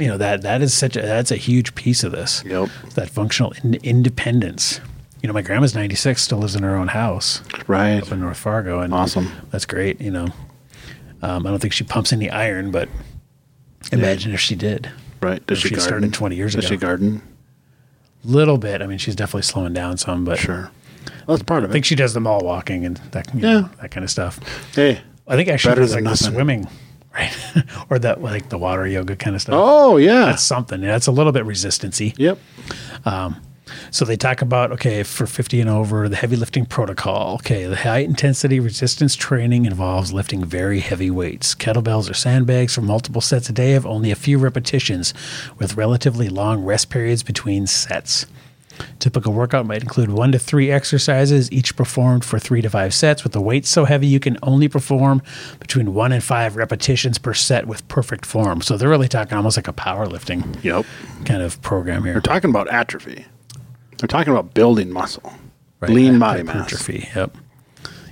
A: you know that that is such a that's a huge piece of this.
B: Yep.
A: That functional in, independence. You know, my grandma's ninety six, still lives in her own house
B: Right.
A: up in North Fargo, and
B: Awesome.
A: That's great. You know, um, I don't think she pumps any iron, but imagine if she did.
B: Right. Does
A: If
B: she
A: she
B: garden?
A: started 20 years
B: Does
A: ago.
B: she garden?
A: Little bit. I mean, she's definitely slowing down some, but
B: Sure. That's part
A: I
B: of it.
A: think she does them all walking and that, you
B: Yeah.
A: know, that kind of stuff.
B: hey.
A: I think actually
B: Better
A: does like
B: than
A: the
B: nothing.
A: swimming, right? or that like the water yoga kind of stuff.
B: Oh yeah.
A: That's something. Yeah, it's a little bit resistancy.
B: yep.
A: So they talk about okay for 50 and over the heavy lifting protocol. Okay, the high intensity resistance training involves lifting very heavy weights, kettlebells or sandbags for multiple sets a day of only a few repetitions, with relatively long rest periods between sets. Typical workout might include one to three exercises, each performed for three to five sets, with the weight so heavy you can only perform between one and five repetitions per set with perfect form. So they're really talking almost like a powerlifting
B: Yep.
A: kind of program here.
B: They're talking about atrophy. They're talking about building muscle, lean body mass.
A: Atrophy. Yep.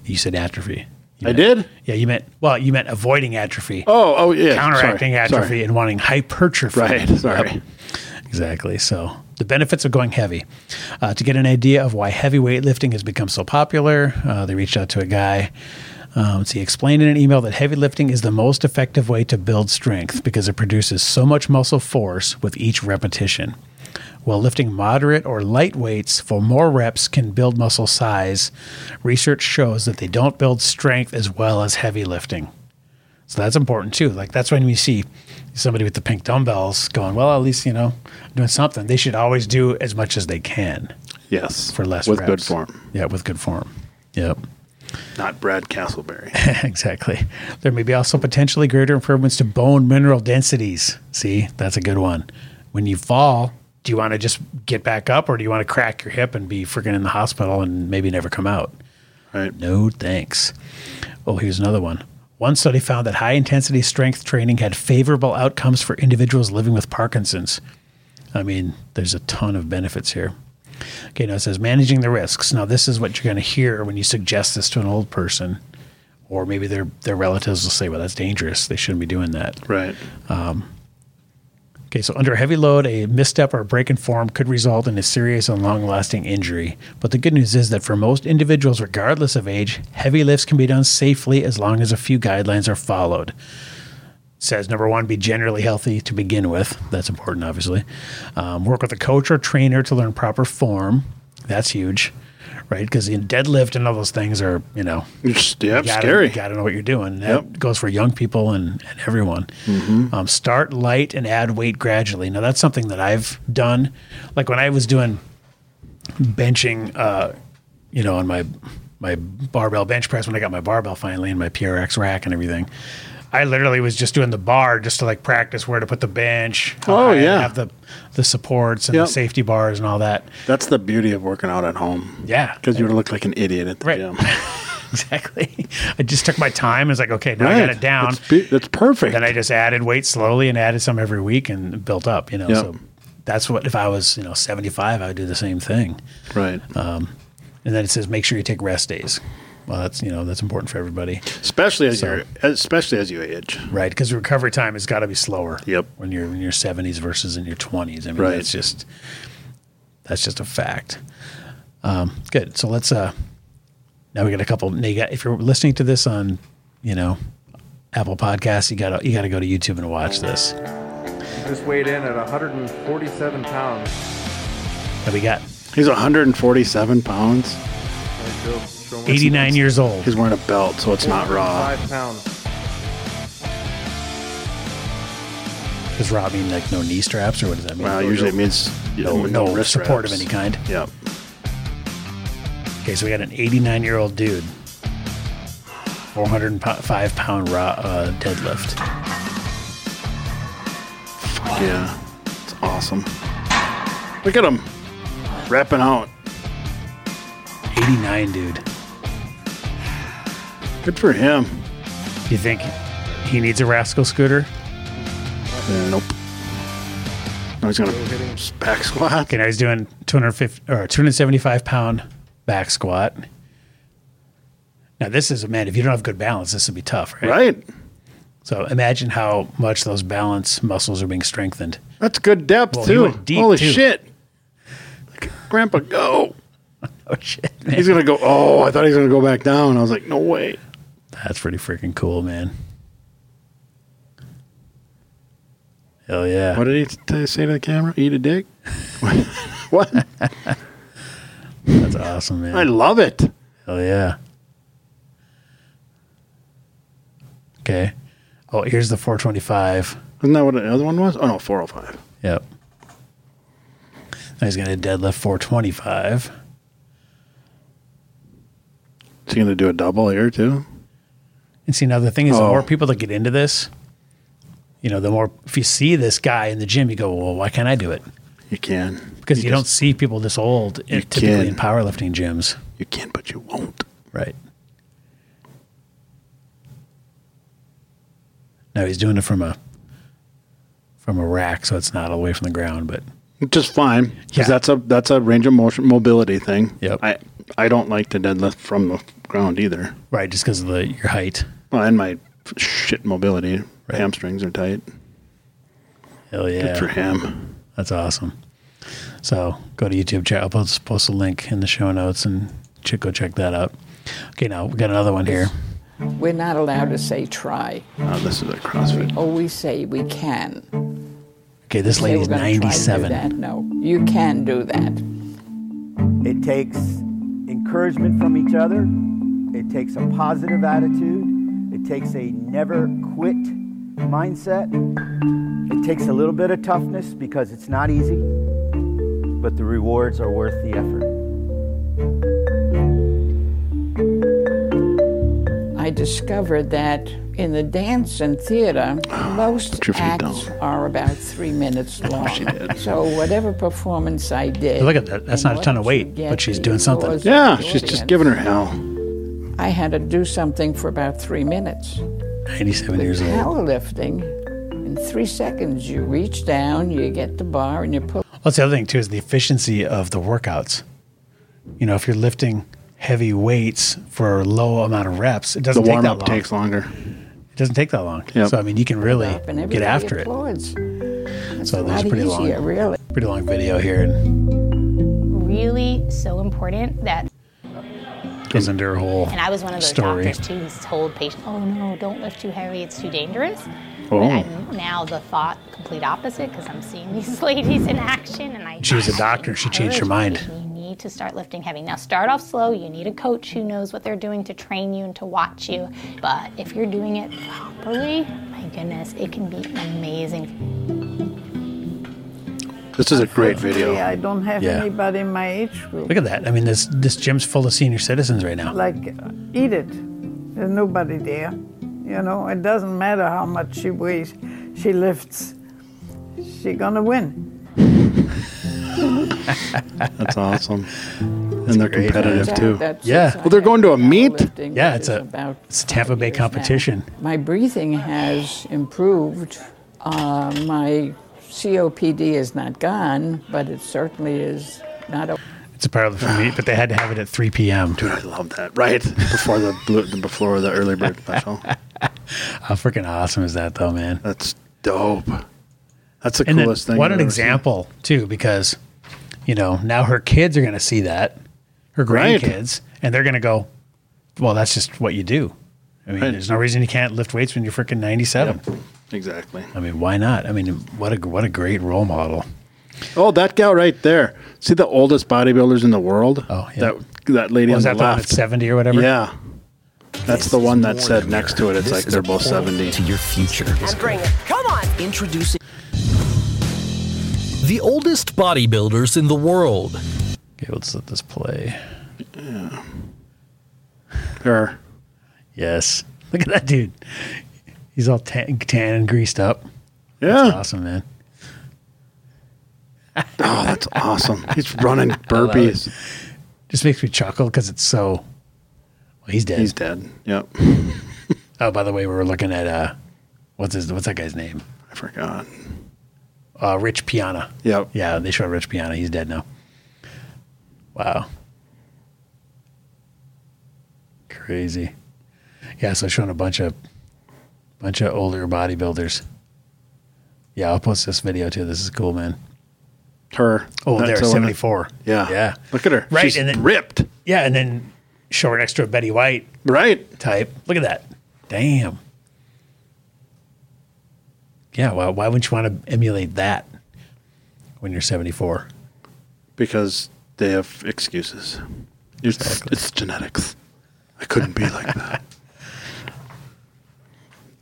A: You said atrophy. You
B: I
A: meant-
B: did.
A: Yeah, you meant well. You meant avoiding atrophy,
B: Oh, oh yeah.
A: counteracting
B: Sorry.
A: atrophy, and wanting hypertrophy.
B: Sorry. Right. Sorry.
A: Yep, exactly. So the benefits of going heavy. Uh, to get an idea of why heavy weightlifting has become so popular, uh, they reached out to a guy. Um, let's see, he explained in an email that heavy lifting is the most effective way to build strength because it produces so much muscle force with each repetition. While lifting moderate or light weights for more reps can build muscle size, research shows that they don't build strength as well as heavy lifting. So that's important too. Like that's when we see somebody with the pink dumbbells going, well, at least, you know, doing something. They should always do as much as they can
B: Yes.
A: for less
B: with
A: reps.
B: good form,
A: Yeah, with good form. Yep.
B: not Brad Castleberry.
A: exactly. There may be also potentially greater improvements to bone mineral densities. See, that's a good one. When you fall, do you want to just get back up or do you want to crack your hip and be freaking in the hospital and maybe never come out?
B: Right.
A: No thanks. Oh, here's another one. One study found that high intensity strength training had favorable outcomes for individuals living with Parkinson's. I mean, there's a ton of benefits here. Okay, now it says managing the risks. Now, this is what you're going to hear when you suggest this to an old person, or maybe their, their relatives will say, well, that's dangerous. They shouldn't be doing that.
B: Right.
A: Okay, so under a heavy load, a misstep or a break in form could result in a serious and long lasting injury. But the good news is that for most individuals, regardless of age, heavy lifts can be done safely as long as a few guidelines are followed. Says number one, be generally healthy to begin with. That's important, obviously. Um, work with a coach or trainer to learn proper form. That's huge, right? Because in deadlift and all those things are, you know,
B: Yep.
A: you gotta,
B: Scary.
A: You got to know what you're doing. That
B: Yep. Mm-hmm.
A: goes for young people and, and everyone. Um, start light and add weight gradually. Now, that's something that I've done. Like when I was doing benching, uh, you know, on my my barbell bench press when I got my barbell finally and my PRX rack and everything. I literally was just doing the bar just to like practice where to put the bench. how
B: Oh,
A: high to
B: yeah.
A: have the the supports and
B: Yep.
A: the safety bars and all that.
B: That's the beauty of working out at home.
A: Yeah,
B: Because you would look like an idiot at the
A: Right.
B: gym.
A: exactly. I just took my time. It's like okay, now I got it down.
B: That's, be- that's perfect.
A: then I just added weight slowly and added some every week and built up, you know.
B: Yep.
A: So that's what if I was, you know, 75, I would do the same thing.
B: right.
A: Uh, And then it says make sure you take rest days. Well, that's, you know, that's important for everybody,
B: especially as
A: so-
B: you're, especially as you age.
A: right? Cuz recovery time has got to be slower.
B: Yep.
A: When you're in your 70s versus in your 20s. I mean,
B: Right.
A: that's just that's just a fact. Um, good. So let's uh now we got a couple now you got, if you're listening to this on, you know, Apple Podcasts, you got to you got to go to YouTube and watch this.
G: Just weighed in at 147 pounds.
A: Now we got
B: He's 147 pounds.
G: Joe, Joe
A: 89 years old.
B: He's wearing a belt, so it's not raw.
G: Five pounds.
A: Does Rob mean like no knee straps or what does that mean?
B: Well, usually it means
A: no, no, support of any kind.
B: Yep.
A: Okay, so we got an 89 year old dude, 405 pound raw, uh, deadlift.
B: Yeah. It's awesome. Look at him. Wrapping out.
A: 89, dude.
B: Good for him.
A: You think he needs a rascal scooter?
B: Nope. Now he's going to back squat.
A: Okay, now he's doing 250 or 275 pound back squat. Now this is a man. If you don't have good balance, this would be tough, right?
B: Right.
A: So imagine how much those balance muscles are being strengthened.
B: That's good depth,
A: Well, he
B: too.
A: went deep,
B: Holy
A: too.
B: shit. Look at Grandpa, go.
A: Oh shit, man.
B: He's going to go. Oh, I thought he was going to go back down. I was like, no way.
A: That's pretty freaking cool, man. Hell yeah.
B: What did he t- say to the camera? Eat a dick? what?
A: That's awesome, man.
B: I love it.
A: Oh yeah. Okay. Oh, here's the 425.
B: Isn't that what the other one was? Oh no, 405.
A: Yep. Now he's gonna deadlift 425.
B: Is he gonna do a double here too?
A: And see, now the thing is, the
B: Oh.
A: more people that get into this, you know, the more if you see this guy in the gym, you go, well, why can't I do it?
B: You can
A: Because you, don't see people this old in, typically
B: can.
A: in powerlifting gyms.
B: You can, but you won't.
A: Right. No, he's doing it from a from a rack, so it's not all the way from the ground, but
B: Which is fine because
A: Yeah.
B: that's a that's a range of motion mobility thing.
A: Yep.
B: I I don't like to deadlift from the ground either.
A: right, just because of the your height.
B: Well, and my shit mobility hamstrings are tight.
A: Hell
B: Good for
A: yeah,
B: him.
A: that's awesome. So go to YouTube. Check. I'll post, post a link in the show notes and ch- go check that out. Okay, now we got another one here.
H: We're not allowed to say try.
B: Uh, this is a CrossFit.
H: Always say we can.
A: Okay, this
H: Say
A: lady's
H: we're gonna try to do
A: 97.
H: that. No, you can do that.
I: It takes encouragement from each other. It takes a positive attitude. It takes a never quit mindset. It takes a little bit of toughness because it's not easy, but the rewards are worth the effort.
H: I discovered that in the dance and theater, most
B: put your feet
H: acts
B: down.
H: are about three minutes long. so whatever performance I did,
A: Look at that. That's
H: and
A: not a ton of
H: what
A: weight,
H: you get
A: but she's
H: the
A: doing something.
H: applause of
B: Yeah,
H: the
B: she's just
H: audience,
B: giving her hell.
H: I had to do something for about three minutes.
A: 97
H: With
A: years old.
H: powerlifting, in three seconds you reach down, you get the bar, and you pull.
A: What's the other thing too is the efficiency of the workouts. You know, if you're lifting heavy weights for a low amount of reps, it
B: The
A: doesn't take
B: warm
A: that
B: up
A: long.
B: takes longer.
A: It doesn't take that long.
B: Yep.
A: So I mean, you can really
H: up, and
A: get
H: everybody
A: after it.
H: applauds.
A: So
H: A
A: there's
H: lot
A: a pretty
H: easier,
A: long,
H: really.
A: pretty long video here, and
J: really so important that
A: goes into her whole.
J: and I was one of those
A: Story.
J: doctors too who's told patients, Oh no, don't lift too heavy, it's too dangerous. But
B: Oh,
J: I'm now the thought complete opposite because I'm seeing these ladies in action and I
A: She was a doctor, she changed her
J: encourage
A: mind.
J: people, You need to start lifting heavy. Now start off slow, you need a coach who knows what they're doing to train you and to watch you. But if you're doing it properly, my goodness, it can be amazing.
B: this is a great video.
K: I don't have
A: Yeah.
K: anybody in my age group.
A: Look at that. I mean, this this gym's full of senior citizens right now.
K: Like, uh, eat it. There's nobody there. You know, it doesn't matter how much she weighs, she lifts. She gonna win.
B: That's awesome. and they're
A: great,
B: competitive
A: man.
B: too.
H: That's
A: Yeah.
H: since
A: Well,
H: I
B: they're
H: had
B: going to a meet?
H: powerlifting,
A: Yeah,
H: which
A: it's
H: is
A: a-
H: about
A: It's a Tampa Bay
H: years now.
A: competition.
H: My breathing has improved. Uh, my COPD is not gone, but it certainly is not. A-
A: It's a powerlifting meet, but they had to have it at 3 p.m.
B: Dude, I love that. Right before the blue, the before the early bird special.
A: How freaking awesome is that, though, man?
B: That's dope. That's the
A: And then,
B: coolest thing.
A: what
B: I've
A: an
B: ever seen.
A: example, too, because you know now her kids are going to see that, her
B: Right.
A: grandkids, and they're going to go, "Well, that's just what you do." I mean,
B: Right.
A: there's no reason you can't lift weights when you're freaking 97.
B: Exactly.
A: I mean, why not? I mean, what a what a great role model.
B: Oh, that gal right there. See the oldest bodybuilders in the world?
A: Oh, yeah.
B: That that lady
A: Was
B: on
A: that
B: the
A: the one at
B: left.
A: 70 or whatever?
B: yeah. That's the one that said next to it. It's like they're both 70.
L: your future.
I: Bring it. Come on.
L: Introducing the oldest bodybuilders in the world.
A: Okay, let's let this play.
B: Her.
A: Yes. Look at that dude. He's all tan, tan and greased up.
B: Yeah.
A: Awesome, man.
B: Oh, that's awesome. He's running burpees.
A: Just makes me chuckle because it's so. Well, he's dead.
B: He's dead. Yep.
A: oh, by the way, we were looking at uh, what's his what's that guy's name?
B: I forgot.
A: Uh, Rich Piana.
B: Yep.
A: Yeah, they showed Rich Piana. He's dead now. Wow. Crazy. Yeah, so showing a bunch of bunch of older bodybuilders. Yeah, I'll post this video too. This is cool, man.
B: Her.
A: Oh,
B: That's
A: there,
B: the one-
A: seventy four.
B: Yeah.
A: yeah,
B: Look at her.
A: Right,
B: She's
A: and then-
B: ripped.
A: yeah, and then show her next to a Betty White
B: Right.
A: type. Look at that. Damn. Yeah, why, why wouldn't you want to emulate that when you're seventy four?
B: Because They have excuses. It's- It's genetics. I couldn't be like that.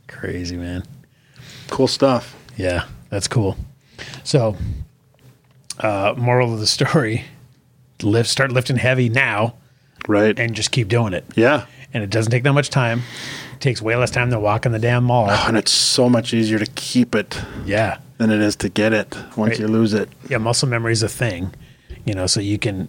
A: Crazy, man.
B: Cool stuff.
A: Yeah, that's cool. So, uh, moral of the story: lift, start lifting heavy now,
B: right?
A: And just keep doing it.
B: Yeah,
A: and it doesn't take that much time. It takes way less time than walking the damn mall.
B: and it's so much easier to keep it.
A: Yeah.
B: Than it is to get it once
A: Right.
B: you lose it.
A: yeah, muscle memory is a thing, you know, so you can,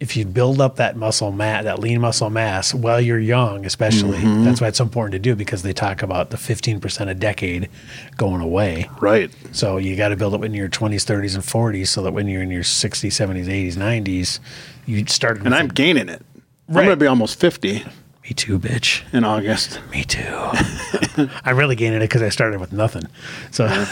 A: if you build up that muscle mass, that lean muscle mass while you're young, especially,
B: Mhm.
A: that's why it's so important to do because they talk about the 15% a decade going away.
B: Right.
A: So you got to build it when you're 20s, 30s, and 40s so that when you're in your 60s, 70s, 80s, 90s, you start.
B: And I'm gaining it. I'm going to be almost 50.
A: Me too, bitch.
B: In August.
A: Me too. I'm really gaining it because I started with nothing. So.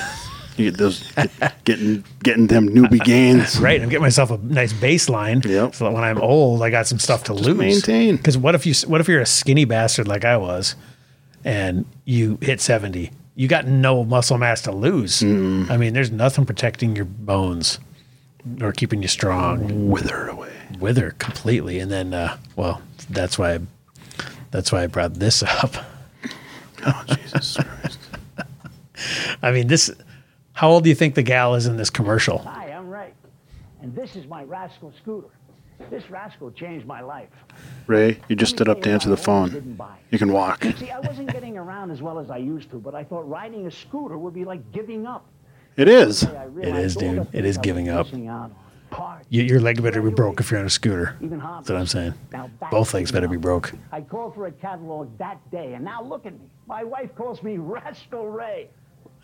B: You get those get- getting getting them newbie gains.
A: Right. I'm getting myself a nice baseline. So that when I'm old, I got some stuff to lose.
B: maintain.
A: Because what if you what if you're a skinny bastard like I was, and you hit seventy, you got no muscle mass to lose. I mean, there's nothing protecting your bones or keeping you strong.
B: Wither away.
A: Wither completely. And then, uh, well, that's why. that's why I brought this up.
B: Oh Jesus Christ!
A: I mean, this. How old do you think the gal is in this commercial?
M: Hi, I'm Ray, and this is my rascal scooter. This rascal changed my life.
B: Ray, you just stood up to answer the phone. You can walk.
M: You see, I wasn't getting around as well as I used to, but I thought riding a scooter would be like giving up.
B: It is.
A: It is, dude. It is giving up.
M: out
A: Your, your leg better be broke if you're on a scooter. That's what I'm saying. Both legs better be broke.
M: I called for a catalog that day, and now look at me. My wife calls me Rascal Ray.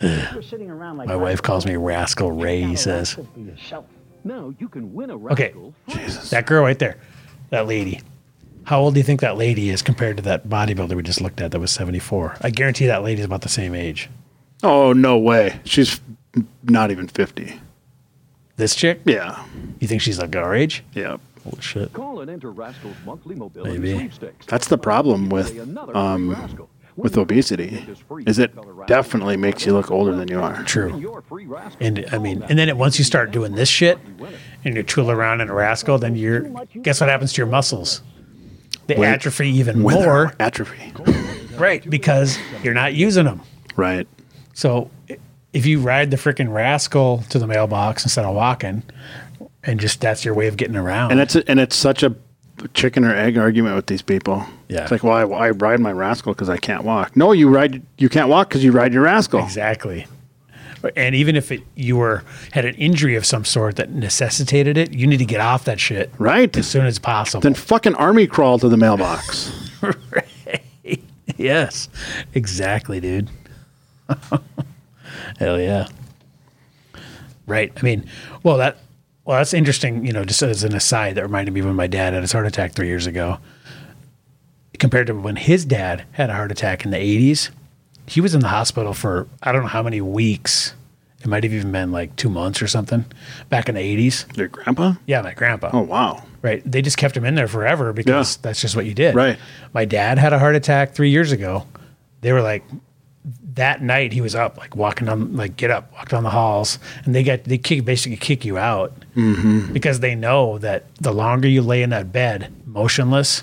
M: You're sitting around like
A: My wife calls me Rascal Ray, he says.
M: for yourself. No, you can win a
A: Okay. That girl right there, that lady. How old do you think that lady is compared to that bodybuilder we just looked at that was 74? I guarantee that lady's about the same age.
B: Oh no way! She's not even fifty.
A: This chick?
B: Yeah.
A: You think she's like our age?
B: Yeah.
A: Holy shit.
N: Call and enter Rascal's monthly mobility
B: Maybe.
N: sweepstakes.
B: That's the problem with um with obesity. Is it definitely makes you look older than you are.
A: True. And I mean, and then it, once you start doing this shit and you tool around in a rascal, then you're, guess what happens to your muscles? They
B: Wait.
A: atrophy even
B: Wither.
A: more.
B: Atrophy.
A: Right, because you're not using them.
B: Right.
A: So i- if you ride the freaking rascal to the mailbox instead of walking, and just that's your way of getting around.
B: And it's and it's such a chicken or egg argument with these people.
A: Yeah.
B: It's like, well, I, I ride my rascal because I can't walk. No, you ride you can't walk because you ride your rascal.
A: Exactly. and even if it, you were had an injury of some sort that necessitated it, you need to get off that shit
B: right
A: as soon as possible.
B: Then fucking army crawl to the mailbox.
A: yes, exactly, dude. Hell yeah. Right. I mean, well, that well, that's interesting. You know, just as an aside, that reminded me when my dad had his heart attack three years ago. Compared to when his dad had a heart attack in the '80s, he was in the hospital for I don't know how many weeks. It might have even been like two months or something back in the '80s.
B: Your grandpa?
A: Yeah, my grandpa.
B: Oh wow.
A: Right. They just kept him in there forever because that's just what you did.
B: Right.
A: My dad had a heart attack three years ago. They were like, that night he was up, like walking down, like get up, walk down the halls, and they got they kick basically kick you out
B: Mhm.
A: because they know that the longer you lay in that bed motionless,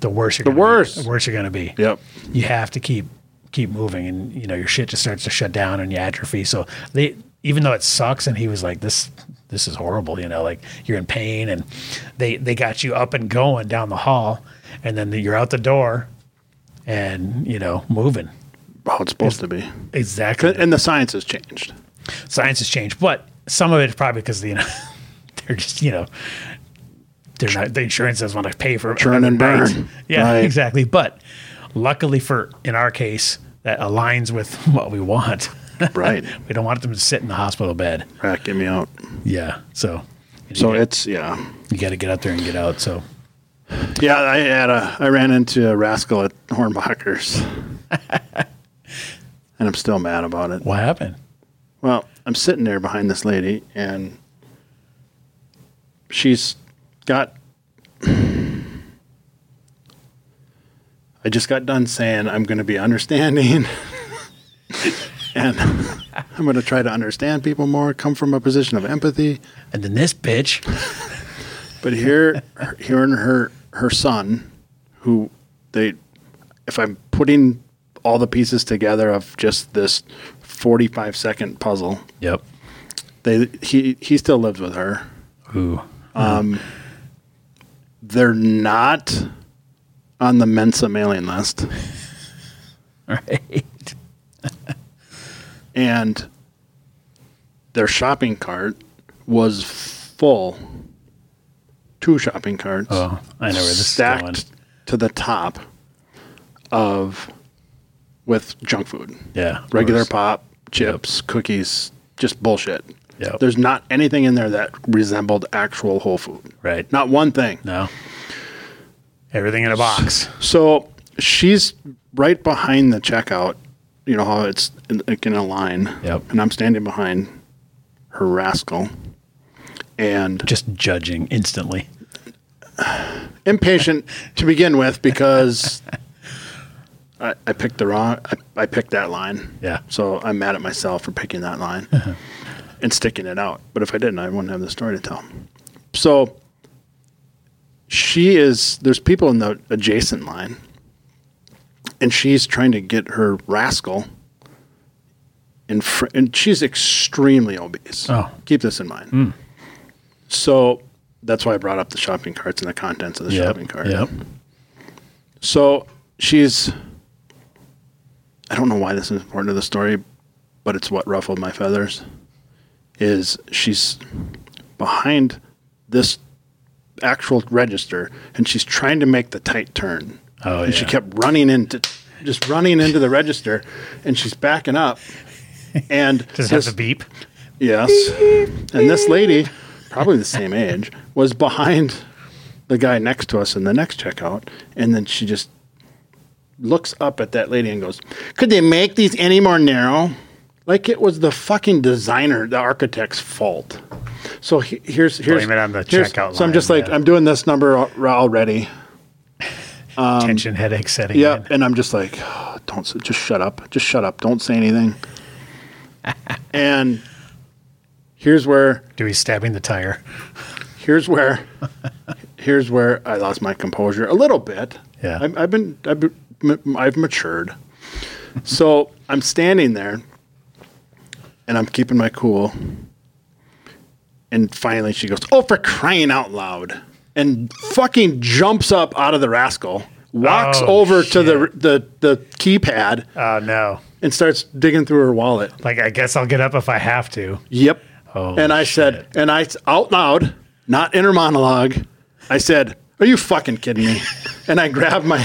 A: the worse you're the gonna
B: worse
A: be, the worse you're gonna be.
B: Yep.
A: You have to keep keep moving, and you know your shit just starts to shut down and you atrophy. So they even though it sucks, and he was like this this is horrible, you know, like you're in pain, and they they got you up and going down the hall, and then you're out the door, and you know moving.
B: How it's supposed to be.
A: Exactly.
B: And the science has changed.
A: Science has changed, but some of it is probably because you know they're just you know they're not the insurance doesn't want to pay for
B: Churn
A: another
B: and
A: night.
B: burn.
A: Yeah,
B: Right.
A: exactly. But luckily for in our case that aligns with what we want.
B: Right.
A: we don't want them to sit in the hospital bed.
B: Right. Get me out.
A: Yeah. So.
B: So it's yeah.
A: You got to get out there and get out. So.
B: Yeah, I had a I ran into a rascal at Hornbacher's, and I'm still mad about it.
A: What happened?
B: Well, I'm sitting there behind this lady, and she's got. I just got done saying I'm going to be understanding, and I'm going to try to understand people more. Come from a position of empathy.
A: And then this bitch.
B: But here, her- hearing her her son, who they, if I'm putting all the pieces together of just this 45 second puzzle.
A: Yep.
B: They he he still lives with her.
A: Ooh.
B: Um. They're not on the Mensa mailing list.
A: Right.
B: and their shopping cart was full. Two shopping carts.
A: Oh, I know where this is
B: stacked
A: going.
B: to the top of with junk food.
A: Yeah, of
B: regular
A: course.
B: pop, chips, cookies, just bullshit.
A: Yep.
B: There's not anything in there that resembled actual Whole Food.
A: Right.
B: Not one thing.
A: No. Everything in a box.
B: So she's right behind the checkout. You know how it's in, like in a line. Yep. And I'm standing behind her rascal, and
A: just judging instantly.
B: Impatient to begin with because I, I picked the wrong. I, I picked that line.
A: Yeah.
B: So I'm mad at myself for picking that line and sticking it out. But if I didn't, I wouldn't have the story to tell. So she is. There's people in the adjacent line, and she's trying to get her rascal. In fr- and she's extremely obese.
A: Oh.
B: Keep this in mind.
A: Hmm.
B: So that's why I brought up the shopping carts and the contents of the
A: Yep,
B: shopping cart.
A: yep.
B: So she's. I don't know why this is important to the story, but it's what ruffled my feathers. Is she's behind this actual register and she's trying to make the tight turn.
A: Oh,
B: and she
A: yeah.
B: kept running into, just running into the register, and she's backing up, and
A: Does it have
B: this-
A: the beep?
B: Yes. And this lady, probably the same age, was behind the guy next to us in the next checkout. And then she just looks up at that lady and goes, Could they make these any more narrow? Like it was the fucking designer, the architect's fault. So he- here's here's
A: Blame it on the
B: here's-
A: checkout
B: So I'm
A: line,
B: just like
A: yeah.
B: I'm doing this number al- already. Um,
A: Tension headache setting
B: Yeah, and I'm just like, "Oh, don't s- just shut up, just shut up, don't say anything. and here's where
A: Dewey's stabbing the tire.
B: Here's where here's where I lost my composure a little bit.
A: Yeah.
B: I'm, I've been I've, been- m- I've matured. so I'm standing there, and I'm keeping my cool. And finally, she goes, "Oh, for crying out loud!" and fucking jumps up out of the rascal, walks
A: Oh,
B: over to the the the keypad.
A: Oh no!
B: And starts digging through her wallet.
A: Like I guess I'll get up if I have to.
B: Yep.
A: Oh,
B: and I said, and I out loud, not inner monologue, I said, "Are you fucking kidding me?" and I grabbed my.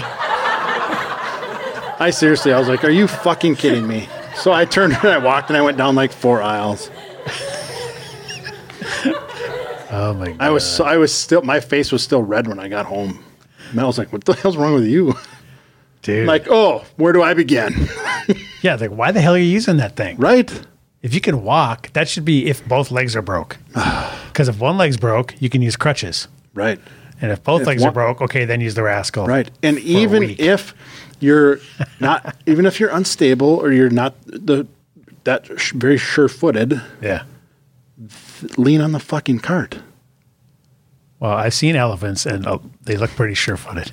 B: I seriously, I was like, "Are you fucking kidding me?" So I turned and I walked and I went down like four aisles.
A: Oh my god!
B: I was, so, I was still, my face was still red when I got home. Mel was like, "What the hell's wrong with you?"
A: Dude.
B: Like, oh, where do I begin?
A: yeah, it's like why the hell are you using that thing?
B: Right.
A: If you can walk, that should be if both legs are broke. Because if one leg's broke, you can use crutches.
B: Right.
A: And if both
B: If
A: legs
B: one-
A: are broke, okay, then use the rascal.
B: Right. And
A: for a
B: even
A: week.
B: if you're not, even if you're unstable or you're not the that sh- very sure-footed,
A: yeah.
B: lean on the fucking cart.
A: Well, I've seen elephants and uh, they look pretty sure-footed.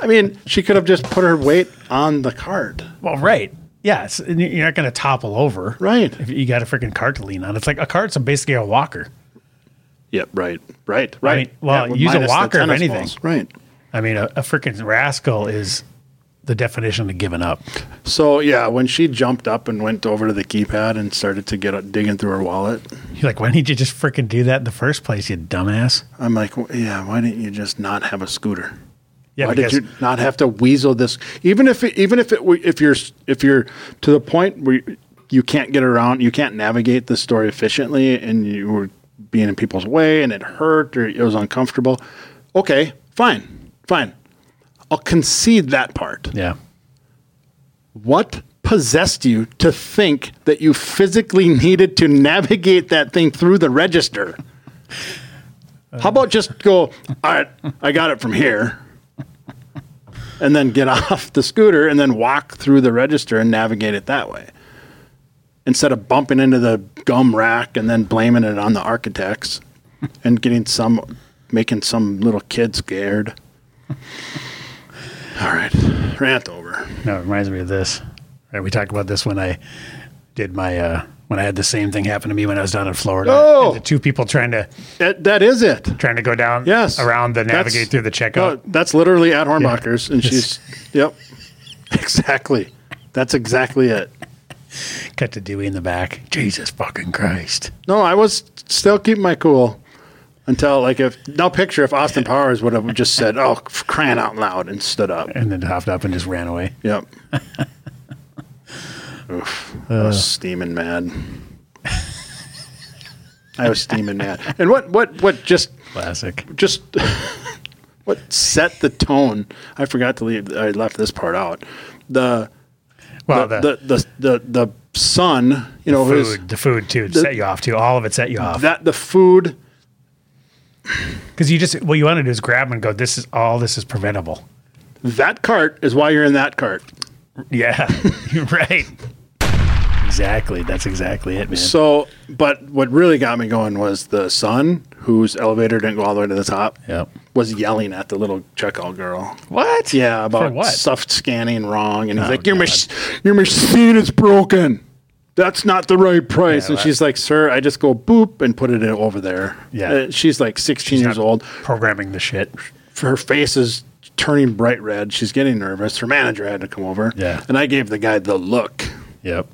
B: I mean, she could have just put her weight on the cart.
A: Well, right. Yes, and you- you're not going to topple over,
B: right?
A: If you got a freaking cart to lean on, it's like a cart's basically a walker.
B: Yep. Right. Right. Right.
A: mean, well,
B: well,
A: use a
B: minus the
A: walker if
B: tennis
A: anything.
B: balls. Right.
A: I mean, a, a freaking rascal is the definition of giving up.
B: So yeah, when she jumped up and went over to the keypad and started to get digging through her wallet,
A: You're like, why didn't you just freaking do that in the first place, you dumbass?
B: I'm like, "Well, yeah, why didn't you just not have a scooter?
A: Yeah,
B: why
A: because-
B: did you not have to weasel this? Even if it, even if it were- if you're if you're to the point where you can't get around, you can't navigate the story efficiently, and you were being in people's way, and it hurt or it was uncomfortable. Okay, fine, fine. I'll concede that part.
A: Yeah.
B: What possessed you to think that you physically needed to navigate that thing through the register? How about just go, all right, I got it from here. And then get off the scooter and then walk through the register and navigate it that way. Instead of bumping into the gum rack and then blaming it on the architects and getting some making some little kid scared. All right, rant over.
A: No, it reminds me of this. Right, we talked about this when I did my uh, when I had the same thing happen to me when I was down in Florida.
B: Oh!
A: And the two people trying to
B: that, that is it.
A: Trying to go down
B: Yes,
A: around the navigate
B: That's-
A: through the checkout.
B: no, that's literally at Hornbacher's, and
A: Yes.
B: she's yep, exactly. That's exactly it.
A: Cut to Dewey in the back. Jesus fucking Christ.
B: No, I was still keeping my cool until like if now picture if Austin Powers would have just said, "Oh, f- crying out loud," and stood up.
A: And then hopped up and just ran away.
B: Yep. Oof, I
A: Ugh.
B: was steaming mad. I was steaming mad. And what what what just
A: classic
B: just what set the tone? I forgot to leave. I left this part out. The
A: Well,
B: the
A: the-
B: the the the, the, son, you know,
A: the
B: who's
A: food, the food too
B: the-
A: set you off too. All of it set you off.
B: that the food.
A: Because you just what you want to do is grab 'em and go. This is all. This is preventable.
B: That cart is why you're in that cart.
A: Yeah, you're right. Exactly. That's exactly it, man.
B: So, but what really got me going was the son, whose elevator didn't go all the way to the top,
A: Yep.
B: was yelling at the little checkout girl.
A: What?
B: Yeah, about
A: For what?
B: stuff scanning wrong, and he's
A: Oh,
B: like, "Your mach- your machine is broken. That's not the right price."
A: Yeah,
B: and
A: that-
B: she's like, "Sir, I just go boop and put it in over there."
A: Yeah.
B: Uh, she's like 16 years old.
A: Programming the shit.
B: Her face is turning bright red. She's getting nervous. Her manager had to come over.
A: Yeah.
B: and I gave the guy the look.
A: Yep.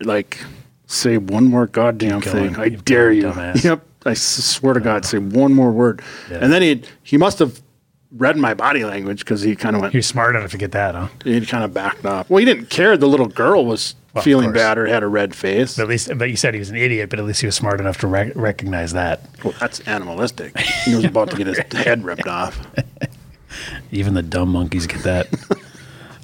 B: Like, say one more goddamn
A: Keep going.
B: thing. I
A: Keep
B: dare
A: going,
B: you.
A: dumbass.
B: Yep. I s- swear to God, say one more word.
A: Yeah.
B: And then he he must have read my body language because he kind of went.
A: You're smart enough to get that, huh?
B: He kind of backed off. Well, he didn't care. The little girl was
A: Well, of
B: feeling
A: course.
B: bad or had a red face.
A: But at least, but you said he was an idiot. But at least he was smart enough to rec- recognize that.
B: Well, that's animalistic. He was about to get his head ripped off.
A: Even the dumb monkeys get that.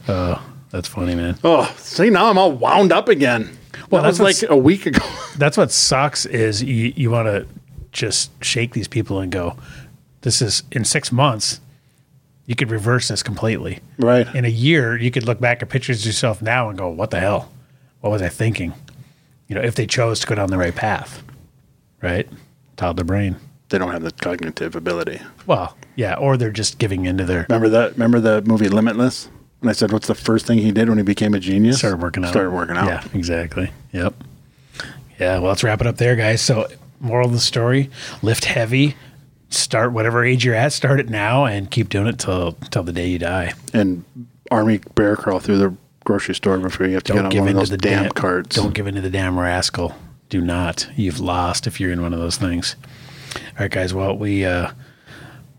A: oh, that's funny, man.
B: Oh, see, now I'm all wound up again.
A: Well,
B: Well, that was
A: that's
B: like
A: what's-
B: a week ago.
A: That's what sucks is you, you want to just shake these people and go, this is in six months, you could reverse this completely.
B: Right.
A: In a year, you could look back at pictures of yourself now and go, what the hell? What was I thinking? You know, if they chose to go down the right path, right? Toddler brain.
B: They don't have the cognitive ability.
A: Well, yeah, or they're just giving into their
B: Remember that? Remember the movie Limitless? And I said, "What's the first thing he did when he became a genius?"
A: Started working out.
B: Started working out.
A: Yeah, exactly. Yep. Yeah, well, let's wrap it up there, guys. So, moral of the story: lift heavy. Start whatever age you're at. Start it now, and keep doing it till till the day you die.
B: And army bear crawl through the grocery store before you have to
A: Don't
B: get
A: give
B: on one
A: into
B: of those
A: the
B: damn
A: damn
B: carts.
A: Don't give into the damn rascal. Do not. You've lost if you're in one of those things. All right, guys. Well, we uh,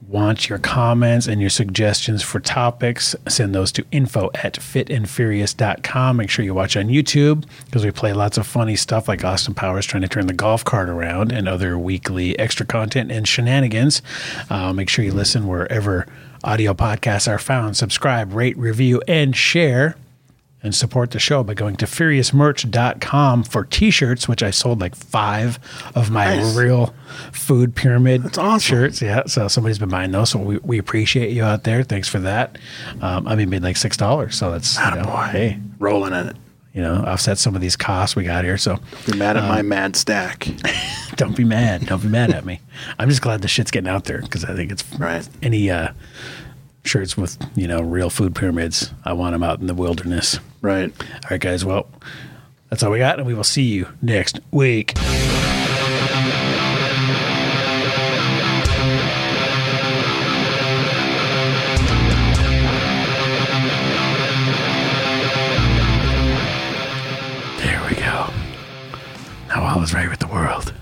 A: want your comments and your suggestions for topics. Send those to info at fitandfurious.com. Make sure you watch on YouTube because we play lots of funny stuff like Austin Powers trying to turn the golf cart around and other weekly extra content and shenanigans. Uh, make sure you listen wherever audio podcasts are found. Subscribe, rate, review, and share and support the show by going to furiousmerch.com for t-shirts which i sold like five of my
B: Nice.
A: real food pyramid shirts yeah so somebody's been buying those so we, we appreciate you out there thanks for that um, i mean made like six dollars so that's you know, hey
B: Rolling in it.
A: you know offset some of these costs we got here so
B: You're mad at
A: Um,
B: my mad stack.
A: don't be mad don't be mad at me i'm just glad the shit's getting out there because i think it's
B: Right.
A: any uh, shirts with you know real food pyramids i want them out in the wilderness
B: Right.
A: all right guys well that's all we got and we will see you next week There we go. Now all is right with the world.